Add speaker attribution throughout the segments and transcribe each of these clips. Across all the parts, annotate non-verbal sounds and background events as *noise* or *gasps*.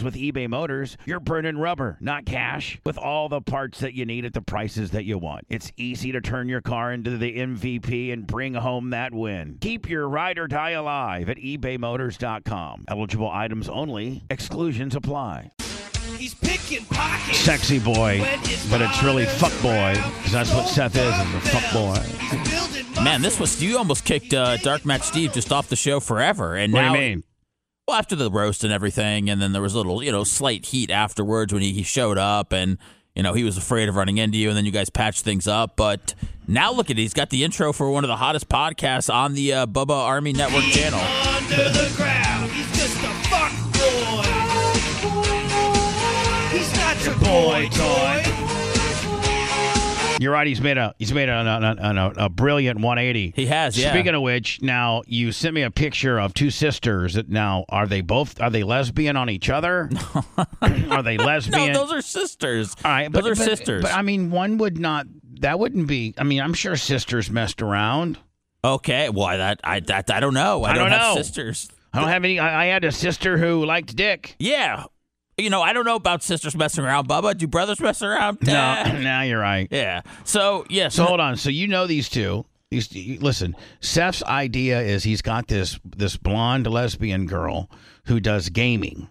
Speaker 1: with eBay Motors, you're burning rubber, not cash. With all the parts that you need at the prices that you want, it's easy to turn your car into the MVP and bring home that win. Keep your ride or die alive at ebaymotors.com. Eligible items only, exclusions apply.
Speaker 2: He's picking pockets.
Speaker 1: Sexy boy, but it's really fuck boy, because that's what Seth is, is a fuck boy.
Speaker 3: Man, this was you almost kicked uh, Dark Match Steve just off the show forever, and
Speaker 1: What do
Speaker 3: now
Speaker 1: you mean?
Speaker 3: well after the roast and everything, and then there was a little you know slight heat afterwards when he, he showed up, and you know he was afraid of running into you, and then you guys patched things up, but. Now look at it. He's got the intro for one of the hottest podcasts on the uh, Bubba Army Network channel.
Speaker 2: Under the ground. He's just a fuck boy. He's not your boy toy.
Speaker 1: You're right. He's made a he's made an, an, an, a, a brilliant 180.
Speaker 3: He has, yeah.
Speaker 1: Speaking of which, now you sent me a picture of two sisters. That now are they both are they lesbian on each
Speaker 3: *laughs*
Speaker 1: other? are they
Speaker 3: No,
Speaker 1: lesbian?
Speaker 3: those are sisters.
Speaker 1: All right,
Speaker 3: those
Speaker 1: but,
Speaker 3: are
Speaker 1: but-
Speaker 3: sisters.
Speaker 1: But I mean, one would not. That wouldn't be. I mean, I'm sure sisters messed around.
Speaker 3: okay, well I- that I that I don't know. I,
Speaker 1: I don't
Speaker 3: have
Speaker 1: know.
Speaker 3: sisters.
Speaker 1: I don't have any. I, I had a sister who liked
Speaker 3: *laughs*
Speaker 1: dick.
Speaker 3: Yeah, you know I don't know about sisters messing around. Bubba, do brothers mess around?
Speaker 1: No, *clears throat*
Speaker 3: Eh.
Speaker 1: now you're right.
Speaker 3: Yeah. So yeah.
Speaker 1: So hold on. So you know these two. These listen. Seth's idea is he's got this this blonde lesbian girl who does gaming,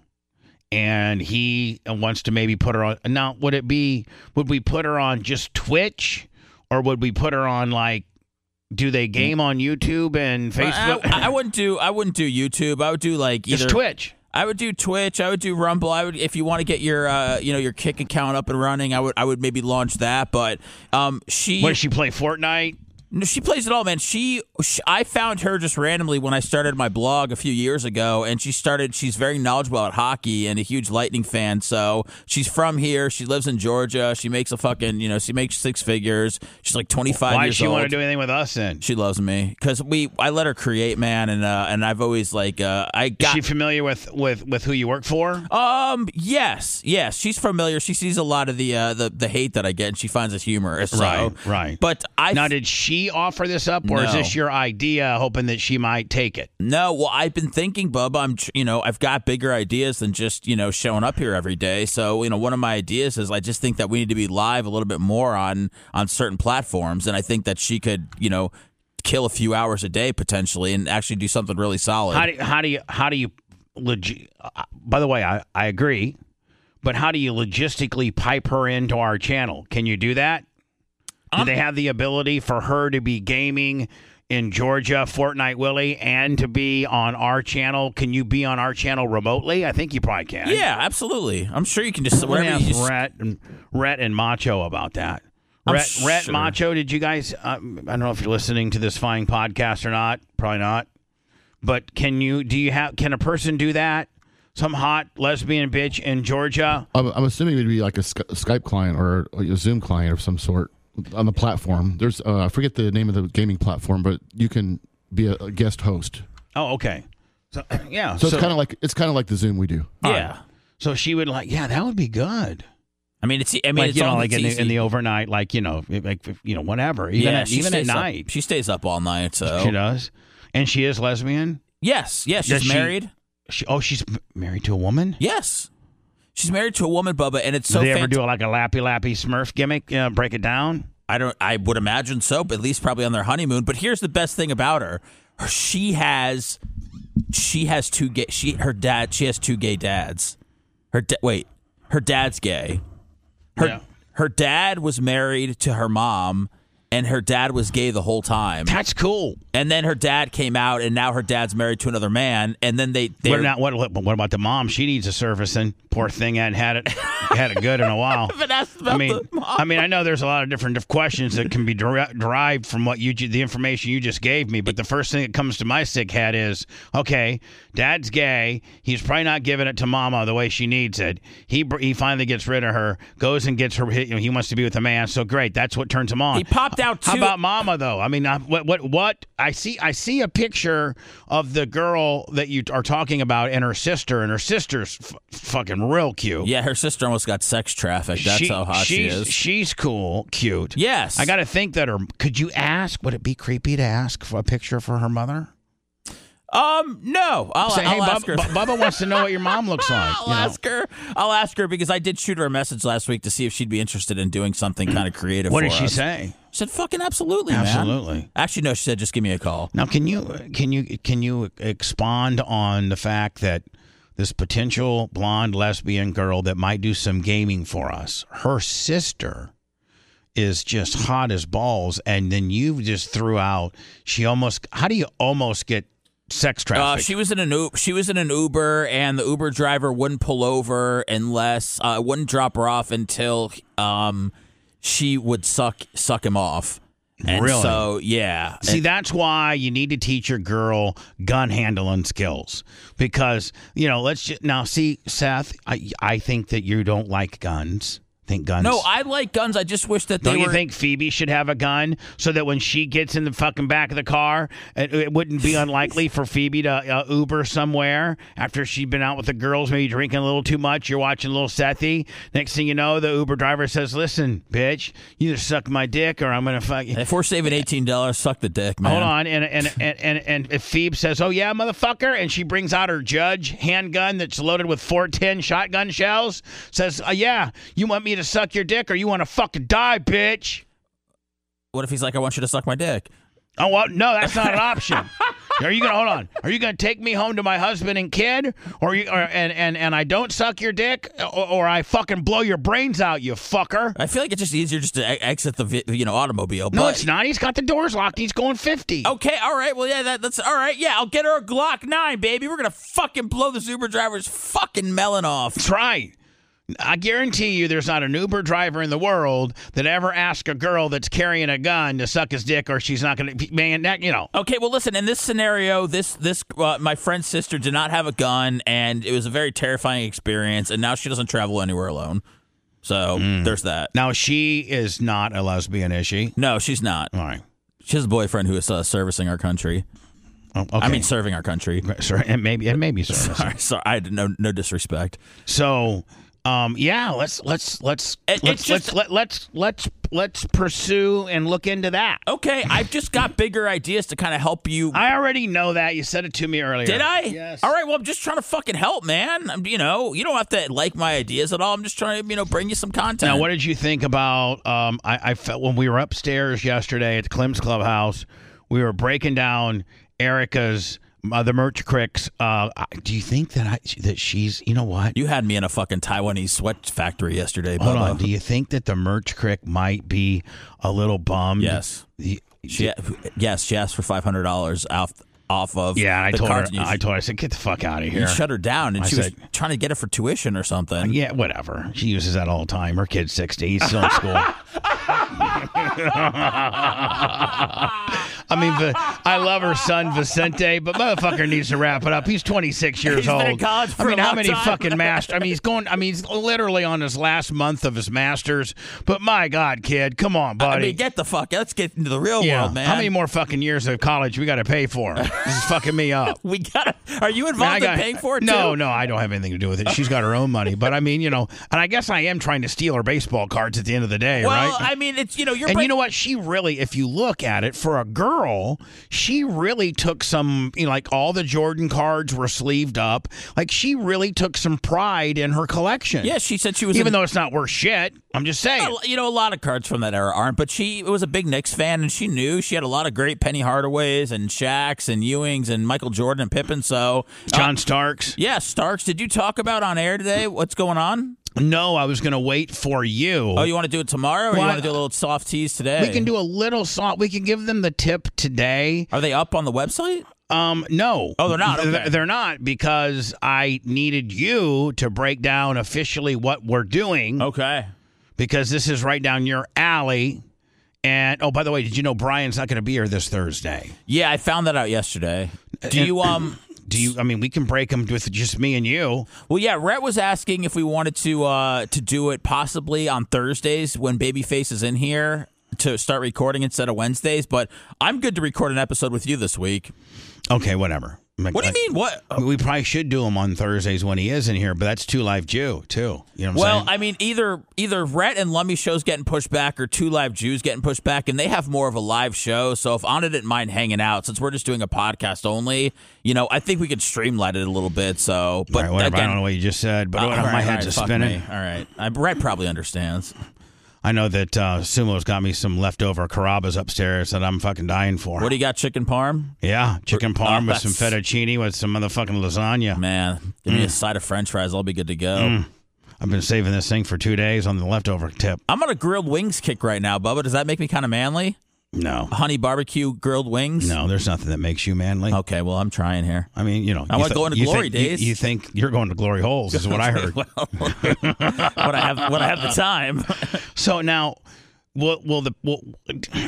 Speaker 1: and he wants to maybe put her on. Now, would it be would we put her on just Twitch, or would we put her on like? Do they game on YouTube and
Speaker 3: I,
Speaker 1: Facebook?
Speaker 3: I- I wouldn't do I wouldn't do YouTube. I would do like
Speaker 1: *laughs*
Speaker 3: either
Speaker 1: just Twitch.
Speaker 3: I would do Twitch. I would do Rumble. I would if you want to get your uh, you know your kick account up and running. I would I would maybe launch that. But um, she
Speaker 1: What does she play? Fortnite.
Speaker 3: No, she plays it all, man. She, sh I found her just randomly when I started my blog a few years ago, and she started. She's very knowledgeable about hockey and a huge Lightning fan. So she's from here. She lives in Georgia. She makes a fucking, you know, she makes six figures. She's like twenty five.
Speaker 1: Why
Speaker 3: years
Speaker 1: does she
Speaker 3: old.
Speaker 1: want to do anything with us? Then
Speaker 3: She loves me because we. I let her create, man, and uh, and I've always like uh, I
Speaker 1: is
Speaker 3: got.
Speaker 1: she familiar with with with who you work for?
Speaker 3: um. Yes. Yes. She's familiar. She sees a lot of the uh, the the hate that I get, and she finds it humorous. so-
Speaker 1: Right, right.
Speaker 3: But I
Speaker 1: Now, did she offer this up, or is
Speaker 3: No.
Speaker 1: this your idea, hoping that she might take it?
Speaker 3: No, well, I've been thinking, Bub. I'm, tr- you know, I've got bigger ideas than just, you know, showing up here every day. So, you know, one of my ideas is I just think that we need to be live a little bit more on on certain platforms, and I think that she could, you know, kill a few hours a day potentially and actually do something really solid.
Speaker 1: How do how do you how do you log- uh, By the way, I I agree, but how do you logistically pipe her into our channel? Can you do that? Do they have the ability for her to be gaming in Georgia, Fortnite Willie, and to be on our channel? Can you be on our channel remotely? I think you probably can.
Speaker 3: yeah, absolutely. I'm sure you can just
Speaker 1: Let me
Speaker 3: whatever you
Speaker 1: ask
Speaker 3: just,
Speaker 1: Rhett and Rhett and Macho about that.
Speaker 3: I'm
Speaker 1: Rhett, Rhett
Speaker 3: sure.
Speaker 1: Macho, did you guys? Um, I don't know if you're listening to this fine podcast or not. Probably not. But can you? Do you have? Can a person do that? Some hot lesbian bitch in Georgia.
Speaker 4: I'm, I'm assuming it would be like a Sky- Skype client or a Zoom client of some sort on the platform. There's uh, I forget the name of the gaming platform, but you can be a, a guest host.
Speaker 1: Oh, okay. So *clears throat* yeah.
Speaker 4: So, it's kind of like it's kind of like the Zoom we do.
Speaker 1: all
Speaker 3: yeah.
Speaker 1: right. So she would like. Yeah, that would be good.
Speaker 3: I mean, it's I mean,
Speaker 1: like
Speaker 3: it's
Speaker 1: you know,
Speaker 3: on
Speaker 1: like
Speaker 3: the
Speaker 1: in the, in
Speaker 3: TC.
Speaker 1: the overnight, like you know, like you know, whatever. Even
Speaker 3: yeah,
Speaker 1: at,
Speaker 3: she
Speaker 1: even at
Speaker 3: stays up-
Speaker 1: night,
Speaker 3: she stays up all night. So
Speaker 1: she does. And she is lesbian.
Speaker 3: yes, yes, she's
Speaker 1: Does she-
Speaker 3: married.
Speaker 1: She, oh, she's m- married to a woman.
Speaker 3: yes. She's married to a woman, Bubba, and it's so
Speaker 1: do they ever
Speaker 3: fantastic.
Speaker 1: do like a lappy lappy Smurf gimmick? Uh, break it down.
Speaker 3: I don't. I would imagine so, but at least probably on their honeymoon. But here's the best thing about her: Her- she has, she has two gay. She her dad. She has two gay dads. Her da- wait, her dad's gay. Her
Speaker 1: Yeah.
Speaker 3: her dad was married to her mom, and her dad was gay the whole time.
Speaker 1: That's cool.
Speaker 3: And then her dad came out, and now her dad's married to another man. And then they they
Speaker 1: What, not, what, what what about the mom? She needs a servicing. Poor thing hadn't had it had it good in a while.
Speaker 3: haven't asked *laughs* about
Speaker 1: I mean,
Speaker 3: the mom.
Speaker 1: I mean, I know there's a lot of different dif- questions that can be der- derived from what you ju- the information you just gave me. But the first thing that comes to my sick head is, okay, dad's gay. He's probably not giving it to mama the way she needs it. He br- he finally gets rid of her, goes and gets her. He he wants to be with a man, so great. That's what turns him on.
Speaker 3: He popped out
Speaker 1: How
Speaker 3: two-
Speaker 1: about Mama though? I mean, I, what what what? I see I see a picture of the girl that you are talking about and her sister, and her sister's f- fucking real cute.
Speaker 3: yeah, her sister almost got sex trafficked. That's
Speaker 1: She-
Speaker 3: how hot she
Speaker 1: she's,
Speaker 3: is.
Speaker 1: She's cool, cute.
Speaker 3: yes,
Speaker 1: I got to think that her. Could you ask? Would it be creepy to ask for a picture for her mother?
Speaker 3: Um, no, I'll,
Speaker 1: Say,
Speaker 3: I'll
Speaker 1: hey,
Speaker 3: ask
Speaker 1: Bub-
Speaker 3: her.
Speaker 1: Bu- Bubba wants to know what your mom
Speaker 3: *laughs*
Speaker 1: looks like.
Speaker 3: I'll
Speaker 1: you know.
Speaker 3: ask her. I'll ask her because I did shoot her a message last week to see if she'd be interested in doing something kind of creative.
Speaker 1: What
Speaker 3: for
Speaker 1: did she
Speaker 3: us.
Speaker 1: say?
Speaker 3: She said, "Fucking absolutely, man."
Speaker 1: Absolutely.
Speaker 3: Actually, no. She said, "Just give me a call."
Speaker 1: Now, can you can you can you expand on the fact that this potential blonde lesbian girl that might do some gaming for us, her sister is just hot as balls, and then you just threw out. She almost. How do you almost get sex
Speaker 3: Uh,
Speaker 1: trafficked?
Speaker 3: she was in an U- she was in an Uber, and the Uber driver wouldn't pull over unless uh, wouldn't drop her off until um she would suck suck him off. And
Speaker 1: Really?
Speaker 3: So yeah.
Speaker 1: See, that's why you need to teach your girl gun handling skills because you know. Let's just, now see, Seth. I I think that you don't like guns. Think guns.
Speaker 3: no, I like guns. I just wish that they
Speaker 1: Don't
Speaker 3: were.
Speaker 1: you think Phoebe should have a gun so that when she gets in the fucking back of the car, it, it wouldn't be unlikely for Phoebe to uh, Uber somewhere after she'd been out with the girls, maybe drinking a little too much. You're watching little Sethy. Next thing you know, the Uber driver says, "Listen, bitch, you either suck my dick or I'm gonna fuck
Speaker 3: *laughs*
Speaker 1: you."
Speaker 3: if we're saving eighteen dollars, suck the dick, man.
Speaker 1: Hold on, and and and and, and if Phoebe says, "Oh yeah, motherfucker," and she brings out her judge handgun that's loaded with 410 shotgun shells, says, uh, "Yeah, you want me to suck your dick, or you want to fucking die, bitch?"
Speaker 3: What if he's like, "I want you to suck my dick"?
Speaker 1: Oh well, no, that's not an option. Are you gonna hold on? Are you gonna take me home to my husband and kid, or you, or, and and and I don't suck your dick, or, or I fucking blow your brains out, you fucker?
Speaker 3: I feel like it's just easier just to e- exit the vi- you know automobile.
Speaker 1: No,
Speaker 3: but, Oh,
Speaker 1: it's not. He's got the doors locked. He's going 50.
Speaker 3: Okay, all right. Well, yeah, that, that's all right. Yeah, I'll get her a Glock nine, baby. We're gonna fucking blow this Uber driver's fucking melon off.
Speaker 1: That's right. I guarantee you there's not an Uber driver in the world that ever asked a girl that's carrying a gun to suck his dick or she's not going to, man, that, you know.
Speaker 3: Okay, well, listen. In this scenario, this this uh, my friend's sister did not have a gun, and it was a very terrifying experience. And now she doesn't travel anywhere alone. So
Speaker 1: Hmm.
Speaker 3: there's that.
Speaker 1: Now, she is not a lesbian, is she?
Speaker 3: No, she's not.
Speaker 1: All right.
Speaker 3: She has a boyfriend who is uh, servicing our country.
Speaker 1: Oh, okay.
Speaker 3: I mean, serving our country.
Speaker 1: sorry, and maybe, and maybe so.
Speaker 3: *laughs* Sorry, sorry. I had no no disrespect.
Speaker 1: So, um, yeah, let's, let's, let's,
Speaker 3: It-
Speaker 1: let's,
Speaker 3: it's
Speaker 1: let's,
Speaker 3: just-
Speaker 1: let, let's, let's, let's pursue and look into that.
Speaker 3: Okay, I've just got bigger ideas to kind of help you.
Speaker 1: I already know that. You said it to me earlier.
Speaker 3: Did I?
Speaker 1: Yes.
Speaker 3: All right. Well, I'm just trying to fucking help, man. I'm, you know, you don't have to like my ideas at all. I'm just trying to, you know, bring you some content.
Speaker 1: Now, what did you think about? Um, I, I felt when we were upstairs yesterday at the Clem's Clubhouse, we were breaking down Erica's uh, the merch cricks. Uh, I- do you think that I that she's? You know what?
Speaker 3: you had me in a fucking Taiwanese sweat factory yesterday.
Speaker 1: Hold
Speaker 3: Bubba.
Speaker 1: on. Do you think that the merch crick might be a little bummed?
Speaker 3: Yes.
Speaker 1: The-
Speaker 3: She, yes, she asked for five hundred dollars off off of.
Speaker 1: yeah, I
Speaker 3: the
Speaker 1: told her.
Speaker 3: cards, and You,
Speaker 1: I told her. I said, "Get the fuck out of
Speaker 3: you
Speaker 1: here."
Speaker 3: shut her down, and
Speaker 1: I
Speaker 3: she was
Speaker 1: said-
Speaker 3: trying to get it for tuition or something.
Speaker 1: yeah, whatever. She uses that all the time. Her kid's 60. He's still in school. I mean, but I love her son Vicente, but motherfucker needs to wrap it up. He's 26 years
Speaker 3: He's been
Speaker 1: old.
Speaker 3: in college for
Speaker 1: I mean,
Speaker 3: a
Speaker 1: how
Speaker 3: long
Speaker 1: many
Speaker 3: time.
Speaker 1: fucking masters? I mean, he's going. I mean, he's literally on his last month of his masters. But my God, kid, come on, buddy.
Speaker 3: I mean, get the fuck. Let's get into the real
Speaker 1: yeah.
Speaker 3: world, man.
Speaker 1: How many more fucking years of college we got to pay for? This is fucking me up.
Speaker 3: We got. to Are you
Speaker 1: Man, I
Speaker 3: involved
Speaker 1: got-
Speaker 3: in paying for it?
Speaker 1: No,
Speaker 3: too?
Speaker 1: no, I don't have anything to do with it. She's got her own money, but I mean, you know, and I guess I am trying to steal her baseball cards at the end of the day,
Speaker 3: Well,
Speaker 1: right?
Speaker 3: I mean, it's you know, you're.
Speaker 1: and
Speaker 3: break-
Speaker 1: you know what? She really, if you look at it, for a girl, she really took some, you know, like all the Jordan cards were sleeved up. Like she really took some pride in her collection.
Speaker 3: yeah, Oh, she said she was.
Speaker 1: even
Speaker 3: in-
Speaker 1: though it's not worth shit. I'm just saying.
Speaker 3: a- you know, a lot of cards from that era aren't, but she was a big Knicks fan and she knew she had a lot of great Penny Hardaways and Shaqs and Ewings and Michael Jordan and Pippen. So, uh,
Speaker 1: John Starks.
Speaker 3: yeah, Starks, did you talk about on air today what's going on?
Speaker 1: No, I was going to wait for you.
Speaker 3: Oh, you want to do it tomorrow, or you
Speaker 1: Well,
Speaker 3: want to do a little soft tease today?
Speaker 1: we can do a little song. We can give them the tip today.
Speaker 3: Are they up on the website?
Speaker 1: Um, no.
Speaker 3: Oh, they're not? Okay.
Speaker 1: They're- They're not because I needed you to break down officially what we're doing
Speaker 3: Okay.
Speaker 1: because this is right down your alley. And oh, by the way, did you know Brian's not going to be here this Thursday?
Speaker 3: Yeah, I found that out yesterday. Do
Speaker 1: And-
Speaker 3: you um?
Speaker 1: Do you? I mean, we can break him with just me and you.
Speaker 3: Well, yeah. Rhett was asking if we wanted to uh to do it possibly on Thursdays when Babyface is in here to start recording instead of Wednesdays. But I'm good to record an episode with you this week.
Speaker 1: Okay, whatever.
Speaker 3: What do you mean? What?
Speaker 1: We probably should do him on Thursdays when he is in here, but that's two live Jew too. You know what I'm
Speaker 3: Well,
Speaker 1: saying?
Speaker 3: I mean, either either Rhett and Lummy shows getting pushed back, or Two Live Jews getting pushed back, and they have more of a live show. So if Anna didn't mind hanging out, since we're just doing a podcast only, you know, I think we could streamline it a little bit. So,
Speaker 1: All
Speaker 3: but
Speaker 1: right, whatever. I
Speaker 3: again,
Speaker 1: don't know what you just said, but
Speaker 3: uh,
Speaker 1: whatever,
Speaker 3: all right,
Speaker 1: my
Speaker 3: all
Speaker 1: head's
Speaker 3: right,
Speaker 1: a
Speaker 3: fuck
Speaker 1: spinning.
Speaker 3: me. All right, I, Rhett probably understands.
Speaker 1: I know that uh, Sumo's got me some leftover carabas upstairs that I'm fucking dying for.
Speaker 3: What do you got? Chicken parm,
Speaker 1: yeah, chicken parm
Speaker 3: Oh,
Speaker 1: with some
Speaker 3: that's-
Speaker 1: fettuccine with some motherfucking lasagna.
Speaker 3: man. Give
Speaker 1: Mm.
Speaker 3: me a side of French fries. I'll be good to go.
Speaker 1: I've been saving this thing for two days on the leftover tip.
Speaker 3: I'm on a grilled wings kick right now, Bubba. Does that make me kind of manly?
Speaker 1: No,
Speaker 3: Honey barbecue grilled wings.
Speaker 1: no, there's nothing that makes you manly.
Speaker 3: Okay, well, I'm trying here.
Speaker 1: I mean, you know,
Speaker 3: I
Speaker 1: you
Speaker 3: wanna go into
Speaker 1: you
Speaker 3: glory
Speaker 1: think- you-
Speaker 3: days.
Speaker 1: You, think you're going to glory holes is
Speaker 3: *laughs*
Speaker 1: what I heard.
Speaker 3: well, when I have when
Speaker 1: *laughs*
Speaker 3: I have the time. *laughs*
Speaker 1: So now, will will the will,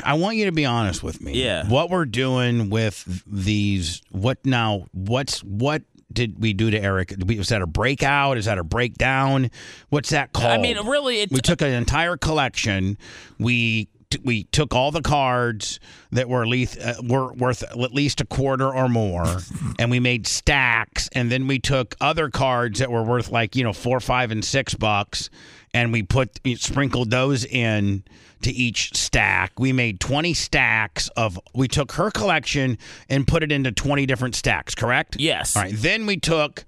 Speaker 1: I want you to be honest with me.
Speaker 3: Yeah.
Speaker 1: What we're doing with these? What now? What's what did we do to Eric? Did we, was that a breakout? Is that a breakdown? What's that called?
Speaker 3: I mean, really, it,
Speaker 1: we took an entire collection. We t- we took all the cards that were, leth- uh, were worth at least a quarter or more, and we made stacks. And then we took other cards that were worth like you know four, five, and six bucks, and we put we sprinkled those in to each stack. We made twenty stacks of. We took her collection and put it into twenty different stacks. Correct?
Speaker 3: Yes.
Speaker 1: All right. Then we took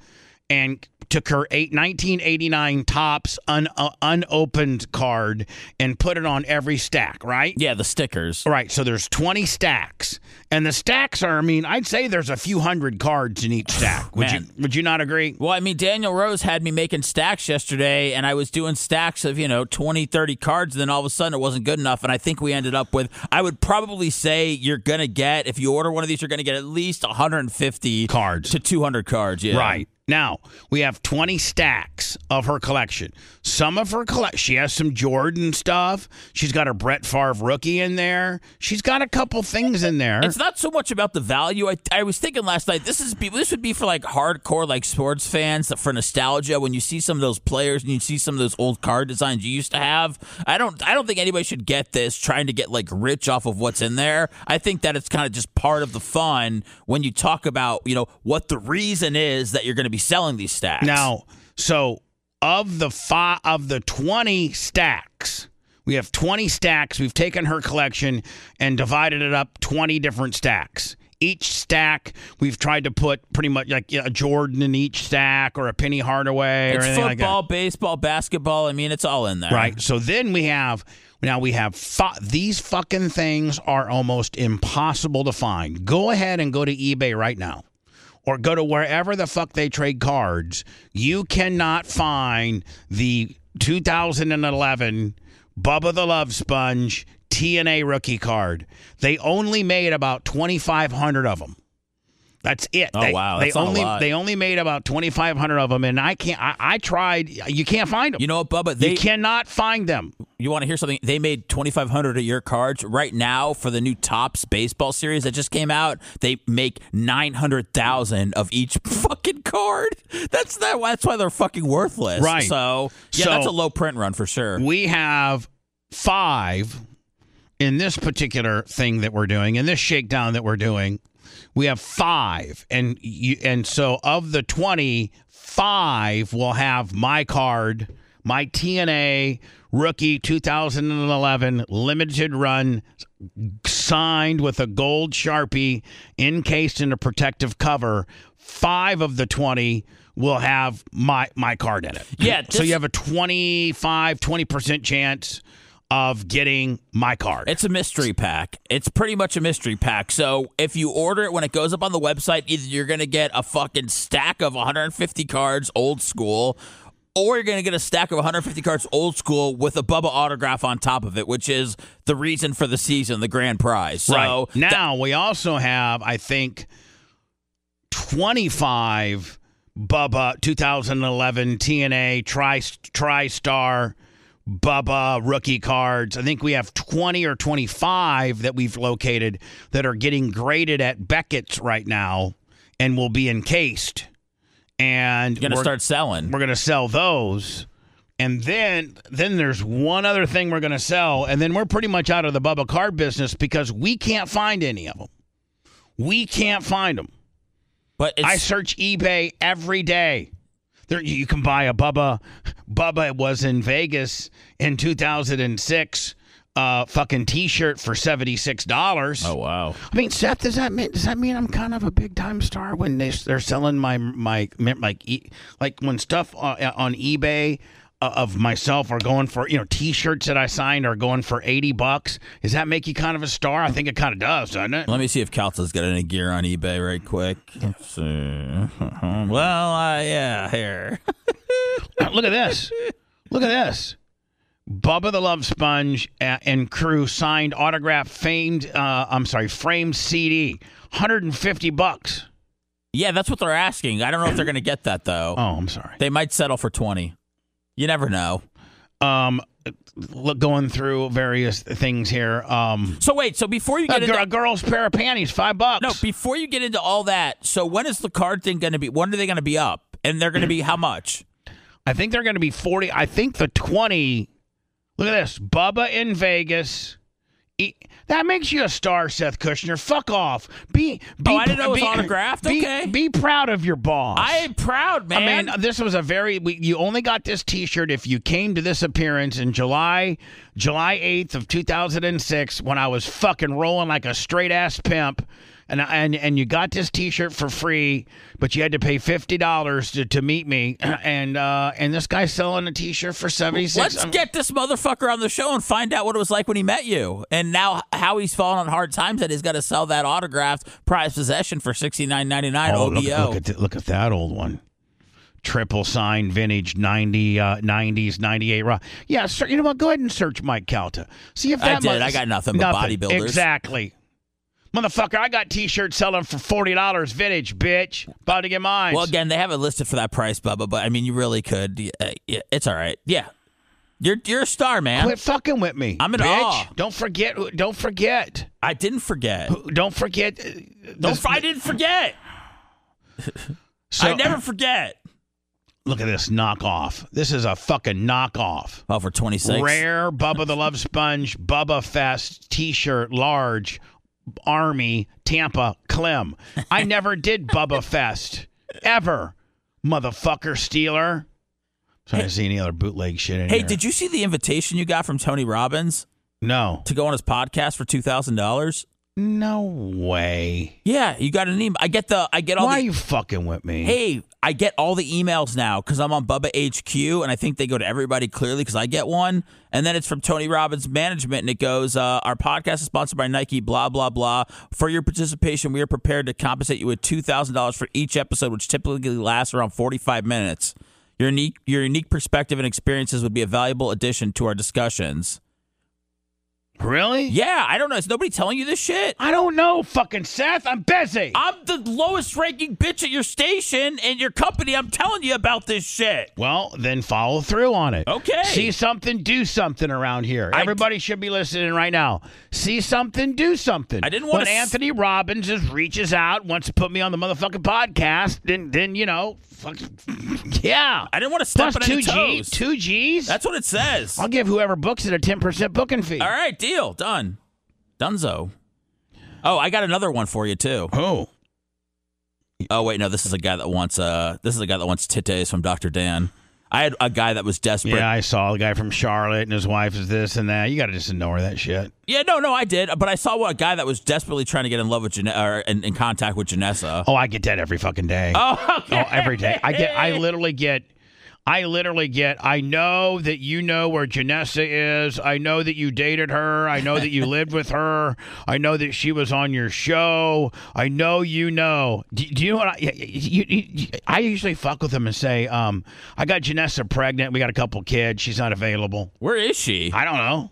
Speaker 1: and took her eight, 1989 tops un, uh, unopened card and put it on every stack, right?
Speaker 3: Yeah, the stickers.
Speaker 1: All right, so there's 20 stacks. And the stacks are, I mean, I'd say there's a few hundred cards in each
Speaker 3: *sighs*
Speaker 1: stack. Would
Speaker 3: Man.
Speaker 1: you would you not agree?
Speaker 3: Well, I mean, Daniel Rose had me making stacks yesterday, and I was doing stacks of, you know, 20, 30 cards, and then all of a sudden it wasn't good enough. And I think we ended up with, I would probably say you're going to get, if you order one of these, you're going to get at least 150
Speaker 1: Cards.
Speaker 3: to 200 cards. Yeah.
Speaker 1: Right. Now, we have 20 stacks of her collection. Some of her collection, she has some Jordan stuff. She's got her Brett Favre rookie in there. She's got a couple things in there.
Speaker 3: It's not so much about the value. I, I was thinking last night. This is be- this would be for like hardcore like sports fans for nostalgia. When you see some of those players and you see some of those old card designs you used to have, I don't I don't think anybody should get this trying to get like rich off of what's in there. I think that it's kind of just part of the fun when you talk about you know what the reason is that you're going to be selling these stacks.
Speaker 1: Now, so of the five of the twenty stacks, we have twenty stacks. We've taken her collection and divided it up twenty different stacks. Each stack, we've tried to put pretty much like yeah, a Jordan in each stack or a Penny Hardaway or
Speaker 3: it's
Speaker 1: anything
Speaker 3: football,
Speaker 1: like that.
Speaker 3: baseball, basketball. I mean, it's all in there.
Speaker 1: Right. So then we have now we have fi- these fucking things are almost impossible to find. Go ahead and go to eBay right now. Or go to wherever the fuck they trade cards. You cannot find the 2011 Bubba the Love Sponge TNA rookie card. They only made about 2,500 of them. That's it.
Speaker 3: Oh,
Speaker 1: they,
Speaker 3: wow.
Speaker 1: They
Speaker 3: That's not a
Speaker 1: only
Speaker 3: lot.
Speaker 1: they only made about 2,500 of them, and I can't. I, I tried. You can't find them.
Speaker 3: You know what, Bubba? They
Speaker 1: you cannot find them.
Speaker 3: You want to hear something? They made 2,500 of your cards right now for the new Topps baseball series that just came out. They make 900,000 of each *laughs* fucking card. That's that. That's why they're fucking worthless.
Speaker 1: Right.
Speaker 3: So yeah,
Speaker 1: So-
Speaker 3: that's a low print run for sure.
Speaker 1: We have five in this particular thing that we're doing, in this shakedown that we're doing. We have five, and you, and so of the twenty, five will have my card, my TNA rookie 2011 limited run signed with a gold sharpie encased in a protective cover five of the 20 will have my my card in it
Speaker 3: Yeah,
Speaker 1: so
Speaker 3: this-
Speaker 1: you have a 25 20% chance of getting my card
Speaker 3: It's a mystery pack. It's pretty much a mystery pack. So if you order it when it goes up on the website, either you're going to get a fucking stack of 150 cards, old school, or you're going to get a stack of 150 cards old school with a Bubba autograph on top of it, which is the reason for the season, the grand prize. So
Speaker 1: right. now we also have, I think, 25 Bubba 2011 TNA Tri TriStar Bubba rookie cards. I think we have 20 or 25 that we've located that are getting graded at Beckett's right now and will be encased. And
Speaker 3: you're going to
Speaker 1: we're-
Speaker 3: start selling.
Speaker 1: we're going to sell those and then then there's one other thing we're going to sell and then we're pretty much out of the bubba card business because we can't find any of them we can't find them
Speaker 3: But it's,
Speaker 1: i search ebay every day there, you can buy a bubba bubba was in vegas in 2006 uh, fucking t-shirt for $76
Speaker 3: oh wow,
Speaker 1: I mean, Seth, does that mean does that mean I'm kind of a big time star when they, they're selling my my like e- like when stuff on, on eBay uh, of myself are going for you know T-shirts that I signed are going for eighty bucks? Does that make you kind of a star? I think it kind of does, doesn't it?
Speaker 3: let me see if Calta's got any gear on eBay right quick. Let's see. *laughs* well, uh, yeah, here. *laughs*
Speaker 1: Look at this. Look at this. Bubba the Love Sponge a- and crew signed autograph famed uh, I'm sorry framed CD, 150 bucks.
Speaker 3: Yeah, that's what they're asking. I don't know if they're going to get that though.
Speaker 1: Oh, I'm sorry.
Speaker 3: They might settle for 20. You never know.
Speaker 1: um look going through various things here um
Speaker 3: So wait, so before you
Speaker 1: a,
Speaker 3: get
Speaker 1: gir-
Speaker 3: into
Speaker 1: a girl's pair of panties five bucks
Speaker 3: No, before you get into all that, so when is the card thing going to be? When are they going to be up? And they're going to be how much?
Speaker 1: i think they're going to be 40 i think the 20 look at this bubba in vegas E- that makes you a star, Seth Kushner. Fuck off. Be, be
Speaker 3: Oh, I didn't know it was
Speaker 1: be-
Speaker 3: autographed?
Speaker 1: Be,
Speaker 3: Okay.
Speaker 1: be proud of your boss.
Speaker 3: I am proud, man.
Speaker 1: I mean, this was a very. We, you only got this T-shirt if you came to this appearance in July, July eighth of two thousand and six, when I was fucking rolling like a straight ass pimp, and I- and and you got this T-shirt for free, but you had to pay fifty dollars to, to meet me, *clears throat* and uh, and this guy's selling a T-shirt for seventy six.
Speaker 3: Let's get this motherfucker on the show and find out what it was like when he met you, and now how he's fallen on hard times that he's got to sell that autographed prized possession for sixty nine ninety nine
Speaker 1: Oh,
Speaker 3: OBO.
Speaker 1: look, look at th- look at that old one. Triple sign vintage 90, uh, 90s, 98 raw. Yeah, sir, you know what? Go ahead and search Mike Calta. See if
Speaker 3: I
Speaker 1: that
Speaker 3: did.
Speaker 1: mother-
Speaker 3: I got nothing but bodybuilders.
Speaker 1: Exactly. Motherfucker, I got t shirts selling for $40 vintage, bitch. About to get mine.
Speaker 3: Well, again, they have it listed for that price, Bubba. But I mean, you really could. Uh, yeah, it's all right. Yeah, you're you're a star, man.
Speaker 1: Quit fucking with me.
Speaker 3: I'm in
Speaker 1: bitch.
Speaker 3: awe.
Speaker 1: Don't forget. Don't forget.
Speaker 3: I didn't forget.
Speaker 1: Don't forget. uh,
Speaker 3: Don't,
Speaker 1: this-
Speaker 3: I didn't forget.
Speaker 1: so-
Speaker 3: I never forget.
Speaker 1: Look at this knockoff. This is a fucking knockoff.
Speaker 3: Oh, for twenty six.
Speaker 1: Rare Bubba the Love Sponge, Bubba Fest t shirt, large, Army, Tampa, Clem. I never did Bubba Fest, ever, motherfucker stealer. Trying to see any other bootleg shit in
Speaker 3: Hey,
Speaker 1: here.
Speaker 3: did you see the invitation you got from Tony Robbins
Speaker 1: No.
Speaker 3: to go on his podcast for two thousand dollars?
Speaker 1: No way.
Speaker 3: Yeah, you got an email. I get the I get all
Speaker 1: Why are
Speaker 3: the
Speaker 1: you fucking with me?
Speaker 3: hey. I get all the emails now because I'm on Bubba HQ, and I think they go to everybody clearly because I get one. And then it's from Tony Robbins Management, and it goes, uh, "Our podcast is sponsored by Nike." Blah blah blah. For your participation, we are prepared to compensate you with two thousand dollars for each episode, which typically lasts around forty five minutes. Your unique your unique perspective and experiences would be a valuable addition to our discussions.
Speaker 1: Really?
Speaker 3: Yeah, I don't know. Is nobody telling you this shit?
Speaker 1: I don't know, fucking Seth. I'm busy.
Speaker 3: I'm the lowest ranking bitch at your station and your company. I'm telling you about this shit.
Speaker 1: well, then follow through on it.
Speaker 3: Okay.
Speaker 1: See something, do something around here.
Speaker 3: I-
Speaker 1: Everybody should be listening right now. See something, do something.
Speaker 3: I didn't wanna
Speaker 1: When
Speaker 3: s-
Speaker 1: Anthony Robbins just reaches out, wants to put me on the motherfucking podcast, then then you know, fuck, *laughs* yeah.
Speaker 3: I didn't want to step
Speaker 1: Plus
Speaker 3: on
Speaker 1: two
Speaker 3: any
Speaker 1: G,
Speaker 3: toes.
Speaker 1: two G's.
Speaker 3: That's what it says.
Speaker 1: I'll give whoever books it a ten percent booking fee.
Speaker 3: All right, deal done. Dunzo. Oh, I got another one for you too.
Speaker 1: Oh,
Speaker 3: Oh wait, no, this is a guy that wants uh this is a guy that wants titties from Dr. Dan. I had a guy that was desperate.
Speaker 1: yeah. I saw the guy from Charlotte and his wife is this and that. You got to just ignore that shit.
Speaker 3: Yeah, no, no, I did, but I saw what a guy that was desperately trying to get in love with Jan- or in, in contact with Janessa.
Speaker 1: Oh, I get that every fucking day.
Speaker 3: Oh, *laughs*
Speaker 1: Oh, every day. I get. I literally get. I literally get, I know that you know where Janessa is. I know that you dated her. I know that
Speaker 3: *laughs*
Speaker 1: you lived with her. I know that she was on your show. I know you know. Do, do you know what? I, you, you- you- I usually fuck with them and say, um, I got Janessa pregnant. We got a couple kids. She's not available.
Speaker 3: Where is she?
Speaker 1: I don't know.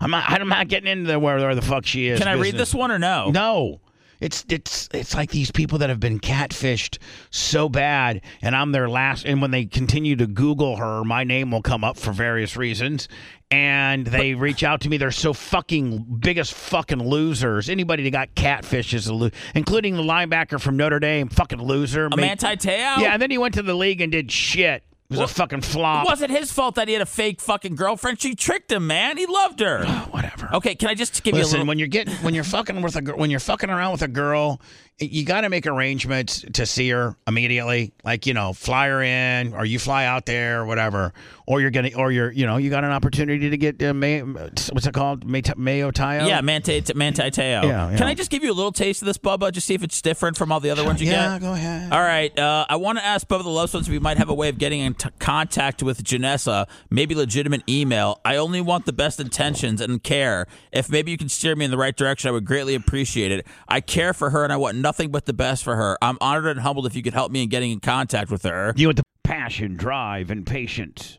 Speaker 1: I'm not, I'm not getting into the where, where the fuck she is.
Speaker 3: Can I read
Speaker 1: business.
Speaker 3: this one or no?
Speaker 1: No. It's it's it's like these people that have been catfished so bad and I'm their last and when they continue to Google her, my name will come up for various reasons and they reach out to me. They're so fucking biggest fucking losers. Anybody that got catfished is a loser, including the linebacker from Notre Dame, fucking loser.
Speaker 3: I'm
Speaker 1: Made-
Speaker 3: anti Teo?
Speaker 1: yeah, and then he went to the league and did shit. It was a fucking flop.
Speaker 3: It wasn't his fault that he had a fake fucking girlfriend. She tricked him, man. He loved
Speaker 1: *gasps*
Speaker 3: her.
Speaker 1: Whatever.
Speaker 3: Okay, can I just give you a
Speaker 1: Listen,
Speaker 3: little?
Speaker 1: when you're getting when you're fucking with a girl, when you're fucking around with a girl, you got to make arrangements to see her immediately. Like you know, fly her in, or you fly out there, or whatever. Or you're gonna, or you're, you know, you got an opportunity to get uh, may, what's it called, may, mayo tayo.
Speaker 3: yeah, Manti t- Manti Teo.
Speaker 1: Yeah, yeah.
Speaker 3: Can I just give you a little taste of this, Bubba? Just see if it's different from all the other ones you
Speaker 1: yeah.
Speaker 3: get.
Speaker 1: Go ahead.
Speaker 3: All right. Uh, I want to ask Bubba the Love Sponge if you might have a way of getting in t- contact with Janessa, maybe legitimate email. I only want the best intentions and care. If maybe you can steer me in the right direction, I would greatly appreciate it. I care for her and I want nothing but the best for her. I'm honored and humbled if you could help me in getting in contact with her.
Speaker 5: You with the passion, drive, and patience.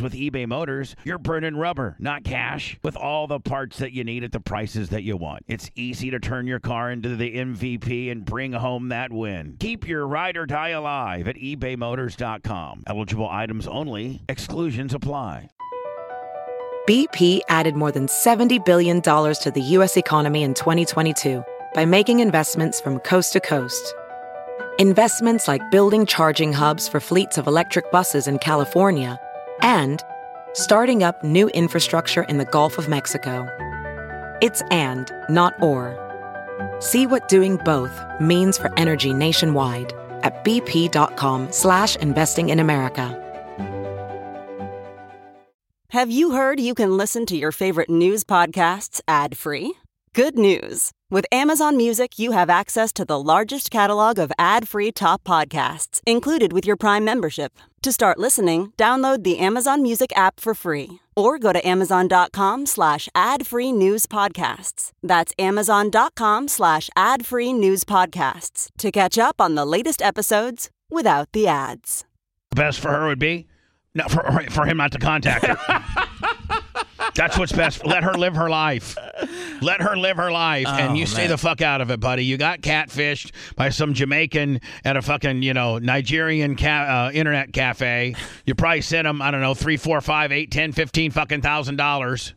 Speaker 5: with eBay Motors, you're burning rubber, not cash. With all the parts that you need at the prices that you want, it's easy to turn your car into the MVP and bring home that win. Keep your ride or die alive at ebaymotors.com. Eligible items only, exclusions apply.
Speaker 6: BP added more than $70 billion to the U.S. economy in 2022 by making investments from coast to coast. Investments like building charging hubs for fleets of electric buses in California and starting up new infrastructure in the Gulf of Mexico. It's and, not or. See what doing both means for energy nationwide at bp.com slash investing in America.
Speaker 7: Have you heard you can listen to your favorite news podcasts ad free? Good news! With Amazon Music, you have access to the largest catalog of ad free top podcasts included with your Prime membership. To start listening, download the Amazon Music app for free or go to amazon.com slash ad free news podcasts. That's amazon.com slash ad free news podcasts to catch up on the latest episodes without the ads.
Speaker 1: Best for her would be, no, for for him not to contact her.
Speaker 3: *laughs*
Speaker 1: That's what's best. Let her live her life. Let her live her life, and
Speaker 3: Oh,
Speaker 1: you stay
Speaker 3: man.
Speaker 1: the fuck out of it, buddy. You got catfished by some Jamaican at a fucking you know Nigerian ca- uh, internet cafe. You probably sent him I don't know three, four, five, eight, ten, fifteen fucking thousand dollars,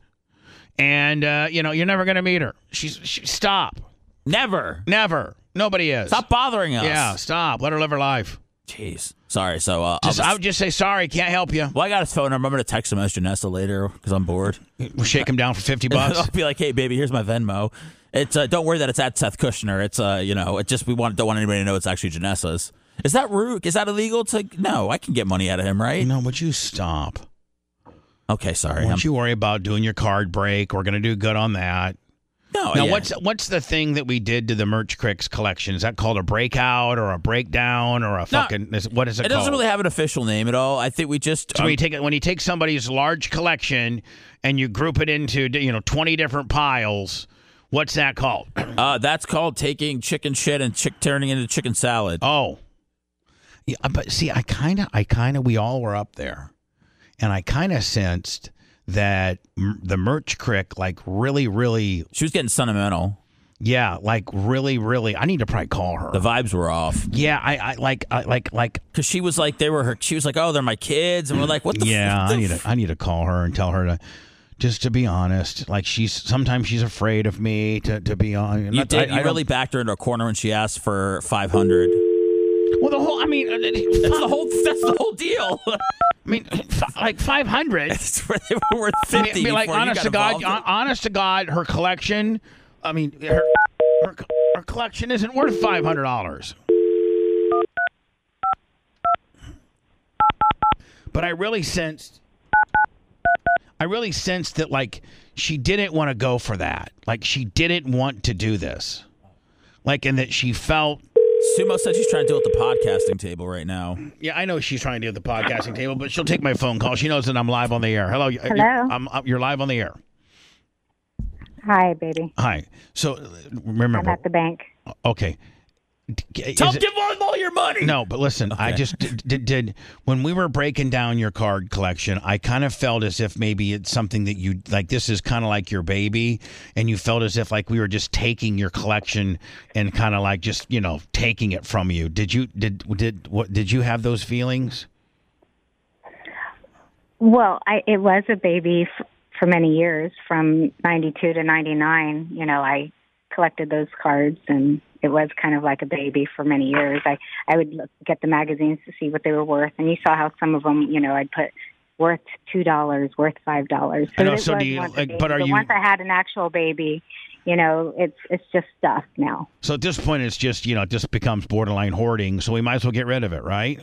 Speaker 1: and uh, you know you're never gonna meet her. She's she, stop.
Speaker 3: Never.
Speaker 1: Never. Nobody is.
Speaker 3: Stop bothering us.
Speaker 1: Yeah, stop. Let her live her life.
Speaker 3: Jeez. Sorry. So uh,
Speaker 1: Just,
Speaker 3: I'll
Speaker 1: I
Speaker 3: just,
Speaker 1: would just say sorry. Can't help you.
Speaker 3: well, I got his phone number. I'm gonna text him as Janessa later because I'm bored.
Speaker 1: We'll
Speaker 3: *laughs*
Speaker 1: shake him down for fifty
Speaker 3: I'll
Speaker 1: bucks.
Speaker 3: be like, hey, baby, here's my Venmo. It's uh, don't worry that it's at Seth Kushner. It's uh, you know, it just we want don't want anybody to know it's actually Janessa's. Is that rude? Is that illegal? To no, I can get money out of him, right?
Speaker 1: No, would you stop?
Speaker 3: Okay, sorry. I'm,
Speaker 1: Don't you worry about doing your card break. We're gonna do good on that.
Speaker 3: no,
Speaker 1: now,
Speaker 3: Oh, yeah.
Speaker 1: what's what's the thing that we did to the Merch Cricks collection? Is that called a breakout or a breakdown or a fucking? is- what is it?
Speaker 3: it doesn't
Speaker 1: called?
Speaker 3: really have an official name at all. I think we just
Speaker 1: So when
Speaker 3: um,
Speaker 1: you take it- when you take somebody's large collection and you group it into you know twenty different piles, what's that called?
Speaker 3: uh, that's called taking chicken shit and chick turning into chicken salad.
Speaker 1: Oh, yeah, uh, but see, I kind of, I kind of, we all were up there, and I kind of sensed that m- the merch crick, like really, really,
Speaker 3: She was getting sentimental.
Speaker 1: yeah, like really, really, I need to probably call her.
Speaker 3: The vibes were off
Speaker 1: yeah, I, I like, I like, like,
Speaker 3: because she was like they were her. She was like, oh, they're my kids, and we're like, what the?
Speaker 1: yeah,
Speaker 3: f-
Speaker 1: I
Speaker 3: the
Speaker 1: need to,
Speaker 3: f-
Speaker 1: I need to call her and tell her to. Just to be honest, like she's sometimes she's afraid of me. To to be honest,
Speaker 3: You did.
Speaker 1: I,
Speaker 3: you
Speaker 1: I
Speaker 3: really backed her into a corner when she asked for five hundred.
Speaker 1: don't- well the whole. I mean, uh,
Speaker 3: That's the whole. That's the whole deal.
Speaker 1: *laughs*
Speaker 3: *laughs*
Speaker 1: I mean, *laughs* f- like five hundred.
Speaker 3: It's worth- they were worth
Speaker 1: I
Speaker 3: fifty.
Speaker 1: mean, be like
Speaker 3: before you
Speaker 1: honest
Speaker 3: got
Speaker 1: to God, hon-
Speaker 3: involved.
Speaker 1: honest to God, her collection. I mean, her her, her collection isn't worth five hundred dollars. But I really sensed, I really sensed that like she didn't want to go for that. Like she didn't want to do this. Like and that she felt.
Speaker 3: Sumo said she's trying to deal with the podcasting table right now.
Speaker 1: Yeah, I know she's trying to do the podcasting table, but she'll take my phone call. She knows that I'm live on the air. Hello, Hello.
Speaker 8: Hello?
Speaker 1: I'm, I'm, you're live on the air.
Speaker 8: Hi, baby.
Speaker 1: Hi. So uh,
Speaker 8: I'm
Speaker 1: remember,
Speaker 8: at the bank.
Speaker 1: okay. D- is
Speaker 3: Tell him
Speaker 1: it-
Speaker 3: give him all your money.
Speaker 1: no, but listen, I
Speaker 3: Okay.
Speaker 1: just did, did, did when we were breaking down your card collection, I kind of felt as if maybe it's something that you like. This is kind of like your baby, and you felt as if like we were just taking your collection and kind of like just you know taking it from you. Did you did did what did you have those feelings?
Speaker 8: Well, I, it was a baby f- for many years, from 92 to 99. You know, I collected those cards and it was kind of like a baby for many years. I, I would look, get the magazines to see what they were worth. And you saw how some of them, you know, I'd put worth $2, worth $5.
Speaker 1: I know,
Speaker 8: it
Speaker 1: so
Speaker 8: was
Speaker 1: do you-
Speaker 8: once a
Speaker 1: like,
Speaker 8: baby,
Speaker 1: but are you-
Speaker 8: once I had an actual baby, you know, it's, it's just stuff now.
Speaker 1: So at this point, it's just you know it just becomes borderline hoarding. So we might as well get rid of it, right?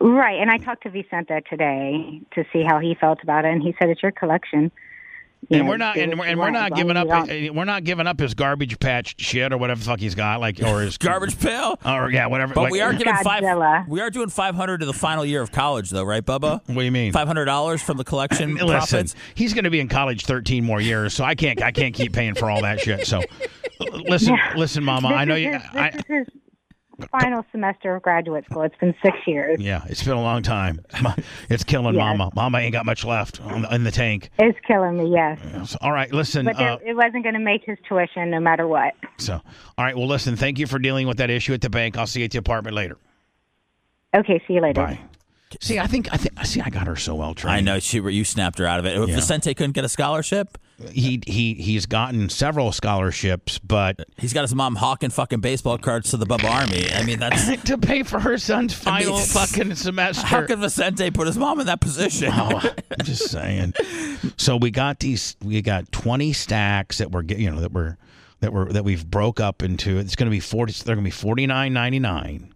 Speaker 8: Right. And I talked to Vicente today to see how he felt about it. And he said, it's your collection. You
Speaker 1: and
Speaker 8: know,
Speaker 1: we're not
Speaker 8: do
Speaker 1: and
Speaker 8: what
Speaker 1: we're,
Speaker 8: you
Speaker 1: and we're
Speaker 8: want,
Speaker 1: not
Speaker 8: as long
Speaker 1: giving
Speaker 8: as
Speaker 1: up
Speaker 8: you don't-
Speaker 1: uh, we're not giving up his garbage patch shit or whatever the fuck he's got like or his
Speaker 3: Garbage pail.
Speaker 1: or yeah whatever
Speaker 3: But
Speaker 1: like-
Speaker 3: we are giving
Speaker 8: Godzilla.
Speaker 3: five. We are doing five hundred to the final year of college, though, right, Bubba?
Speaker 1: What do you mean?
Speaker 3: Five hundred dollars from the collection
Speaker 1: Listen,
Speaker 3: profits.
Speaker 1: he's going to be in college 13 more years, so I can't I can't keep paying for all that shit.
Speaker 8: *laughs*
Speaker 1: So l- listen,
Speaker 8: Yeah.
Speaker 1: listen, Mama,
Speaker 8: This
Speaker 1: I know
Speaker 8: is
Speaker 1: you.
Speaker 8: His, this
Speaker 1: I,
Speaker 8: is his final semester of graduate school. It's been six years.
Speaker 1: yeah, it's been a long time. Ma- It's killing
Speaker 8: Yes.
Speaker 1: Mama. Mama ain't got much left on the- in the tank.
Speaker 8: It's killing me. Yes,
Speaker 1: So, all right, listen.
Speaker 8: but
Speaker 1: Uh,
Speaker 8: there, it wasn't going to make his tuition, no matter what.
Speaker 1: so all right, well, listen. Thank you for dealing with that issue at the bank. I'll see you at the apartment later.
Speaker 8: Okay. See you later.
Speaker 1: Bye. See, I think I think see, I got her so well trained.
Speaker 3: I know she. You snapped her out of it. If Vicente couldn't get a scholarship,
Speaker 1: he he he's gotten several scholarships, but
Speaker 3: he's got his mom hawking fucking baseball cards to the Bubba Army. I mean,
Speaker 1: *laughs* *laughs*
Speaker 3: that's
Speaker 1: to pay for her son's final fucking semester.
Speaker 3: how could Vicente put his mom in that position?
Speaker 1: Oh, I'm just saying. So we got these. We got 20 stacks that we're get- you know that we're that we're that we've broke up into. It's going to be 40. They're going to be 49.99,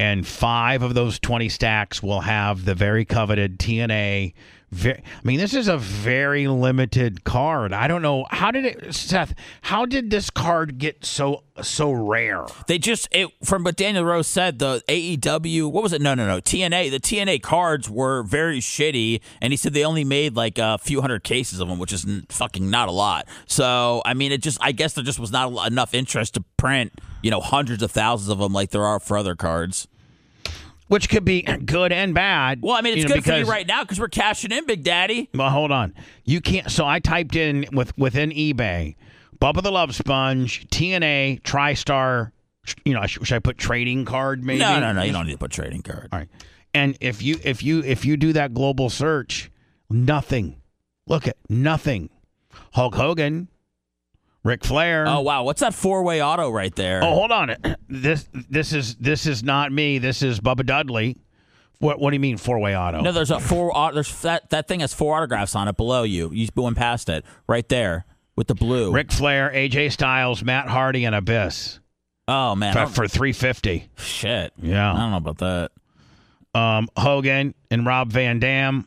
Speaker 1: and five of those 20 stacks will have the very coveted TNA. Ve- I mean, this is a very limited card. I don't know how did it, Seth. How did this card get so so rare?
Speaker 3: They just it from what Daniel Rose said. The AEW, what was it? No, no, no. TNA. The TNA cards were very shitty, and he said they only made like a few hundred cases of them, which is n- fucking not a lot. So I mean, it just I guess there just was not a lo- enough interest to print you know hundreds of thousands of them like there are for other cards.
Speaker 1: Which could be good and bad.
Speaker 3: Well, I mean, it's
Speaker 1: you know,
Speaker 3: good for you
Speaker 1: because-
Speaker 3: right now because we're cashing in, Big Daddy.
Speaker 1: Well, hold on. You can't. So I typed in with within eBay, Bubba the Love Sponge, TNA, TriStar. tr- You know, should, should I put trading card? Maybe.
Speaker 3: No, no, no. You don't need to put trading card.
Speaker 1: All right. And if you if you if you do that global search, nothing. Look at nothing. Hulk Hogan, Ric Flair.
Speaker 3: Oh wow, what's that four way auto right there?
Speaker 1: Oh, hold on. *clears throat* This this is this is not me. This is Bubba Dudley. What what do you mean four way auto?
Speaker 3: No, there's a four. au- There's that that thing has four autographs on it below you. You went past it right there with the blue.
Speaker 1: Ric Flair, AJ Styles, Matt Hardy, and Abyss
Speaker 3: Oh man, I
Speaker 1: for,
Speaker 3: don't-
Speaker 1: for three fifty.
Speaker 3: shit.
Speaker 1: Yeah.
Speaker 3: I don't know about that.
Speaker 1: um, Hogan and Rob Van Dam.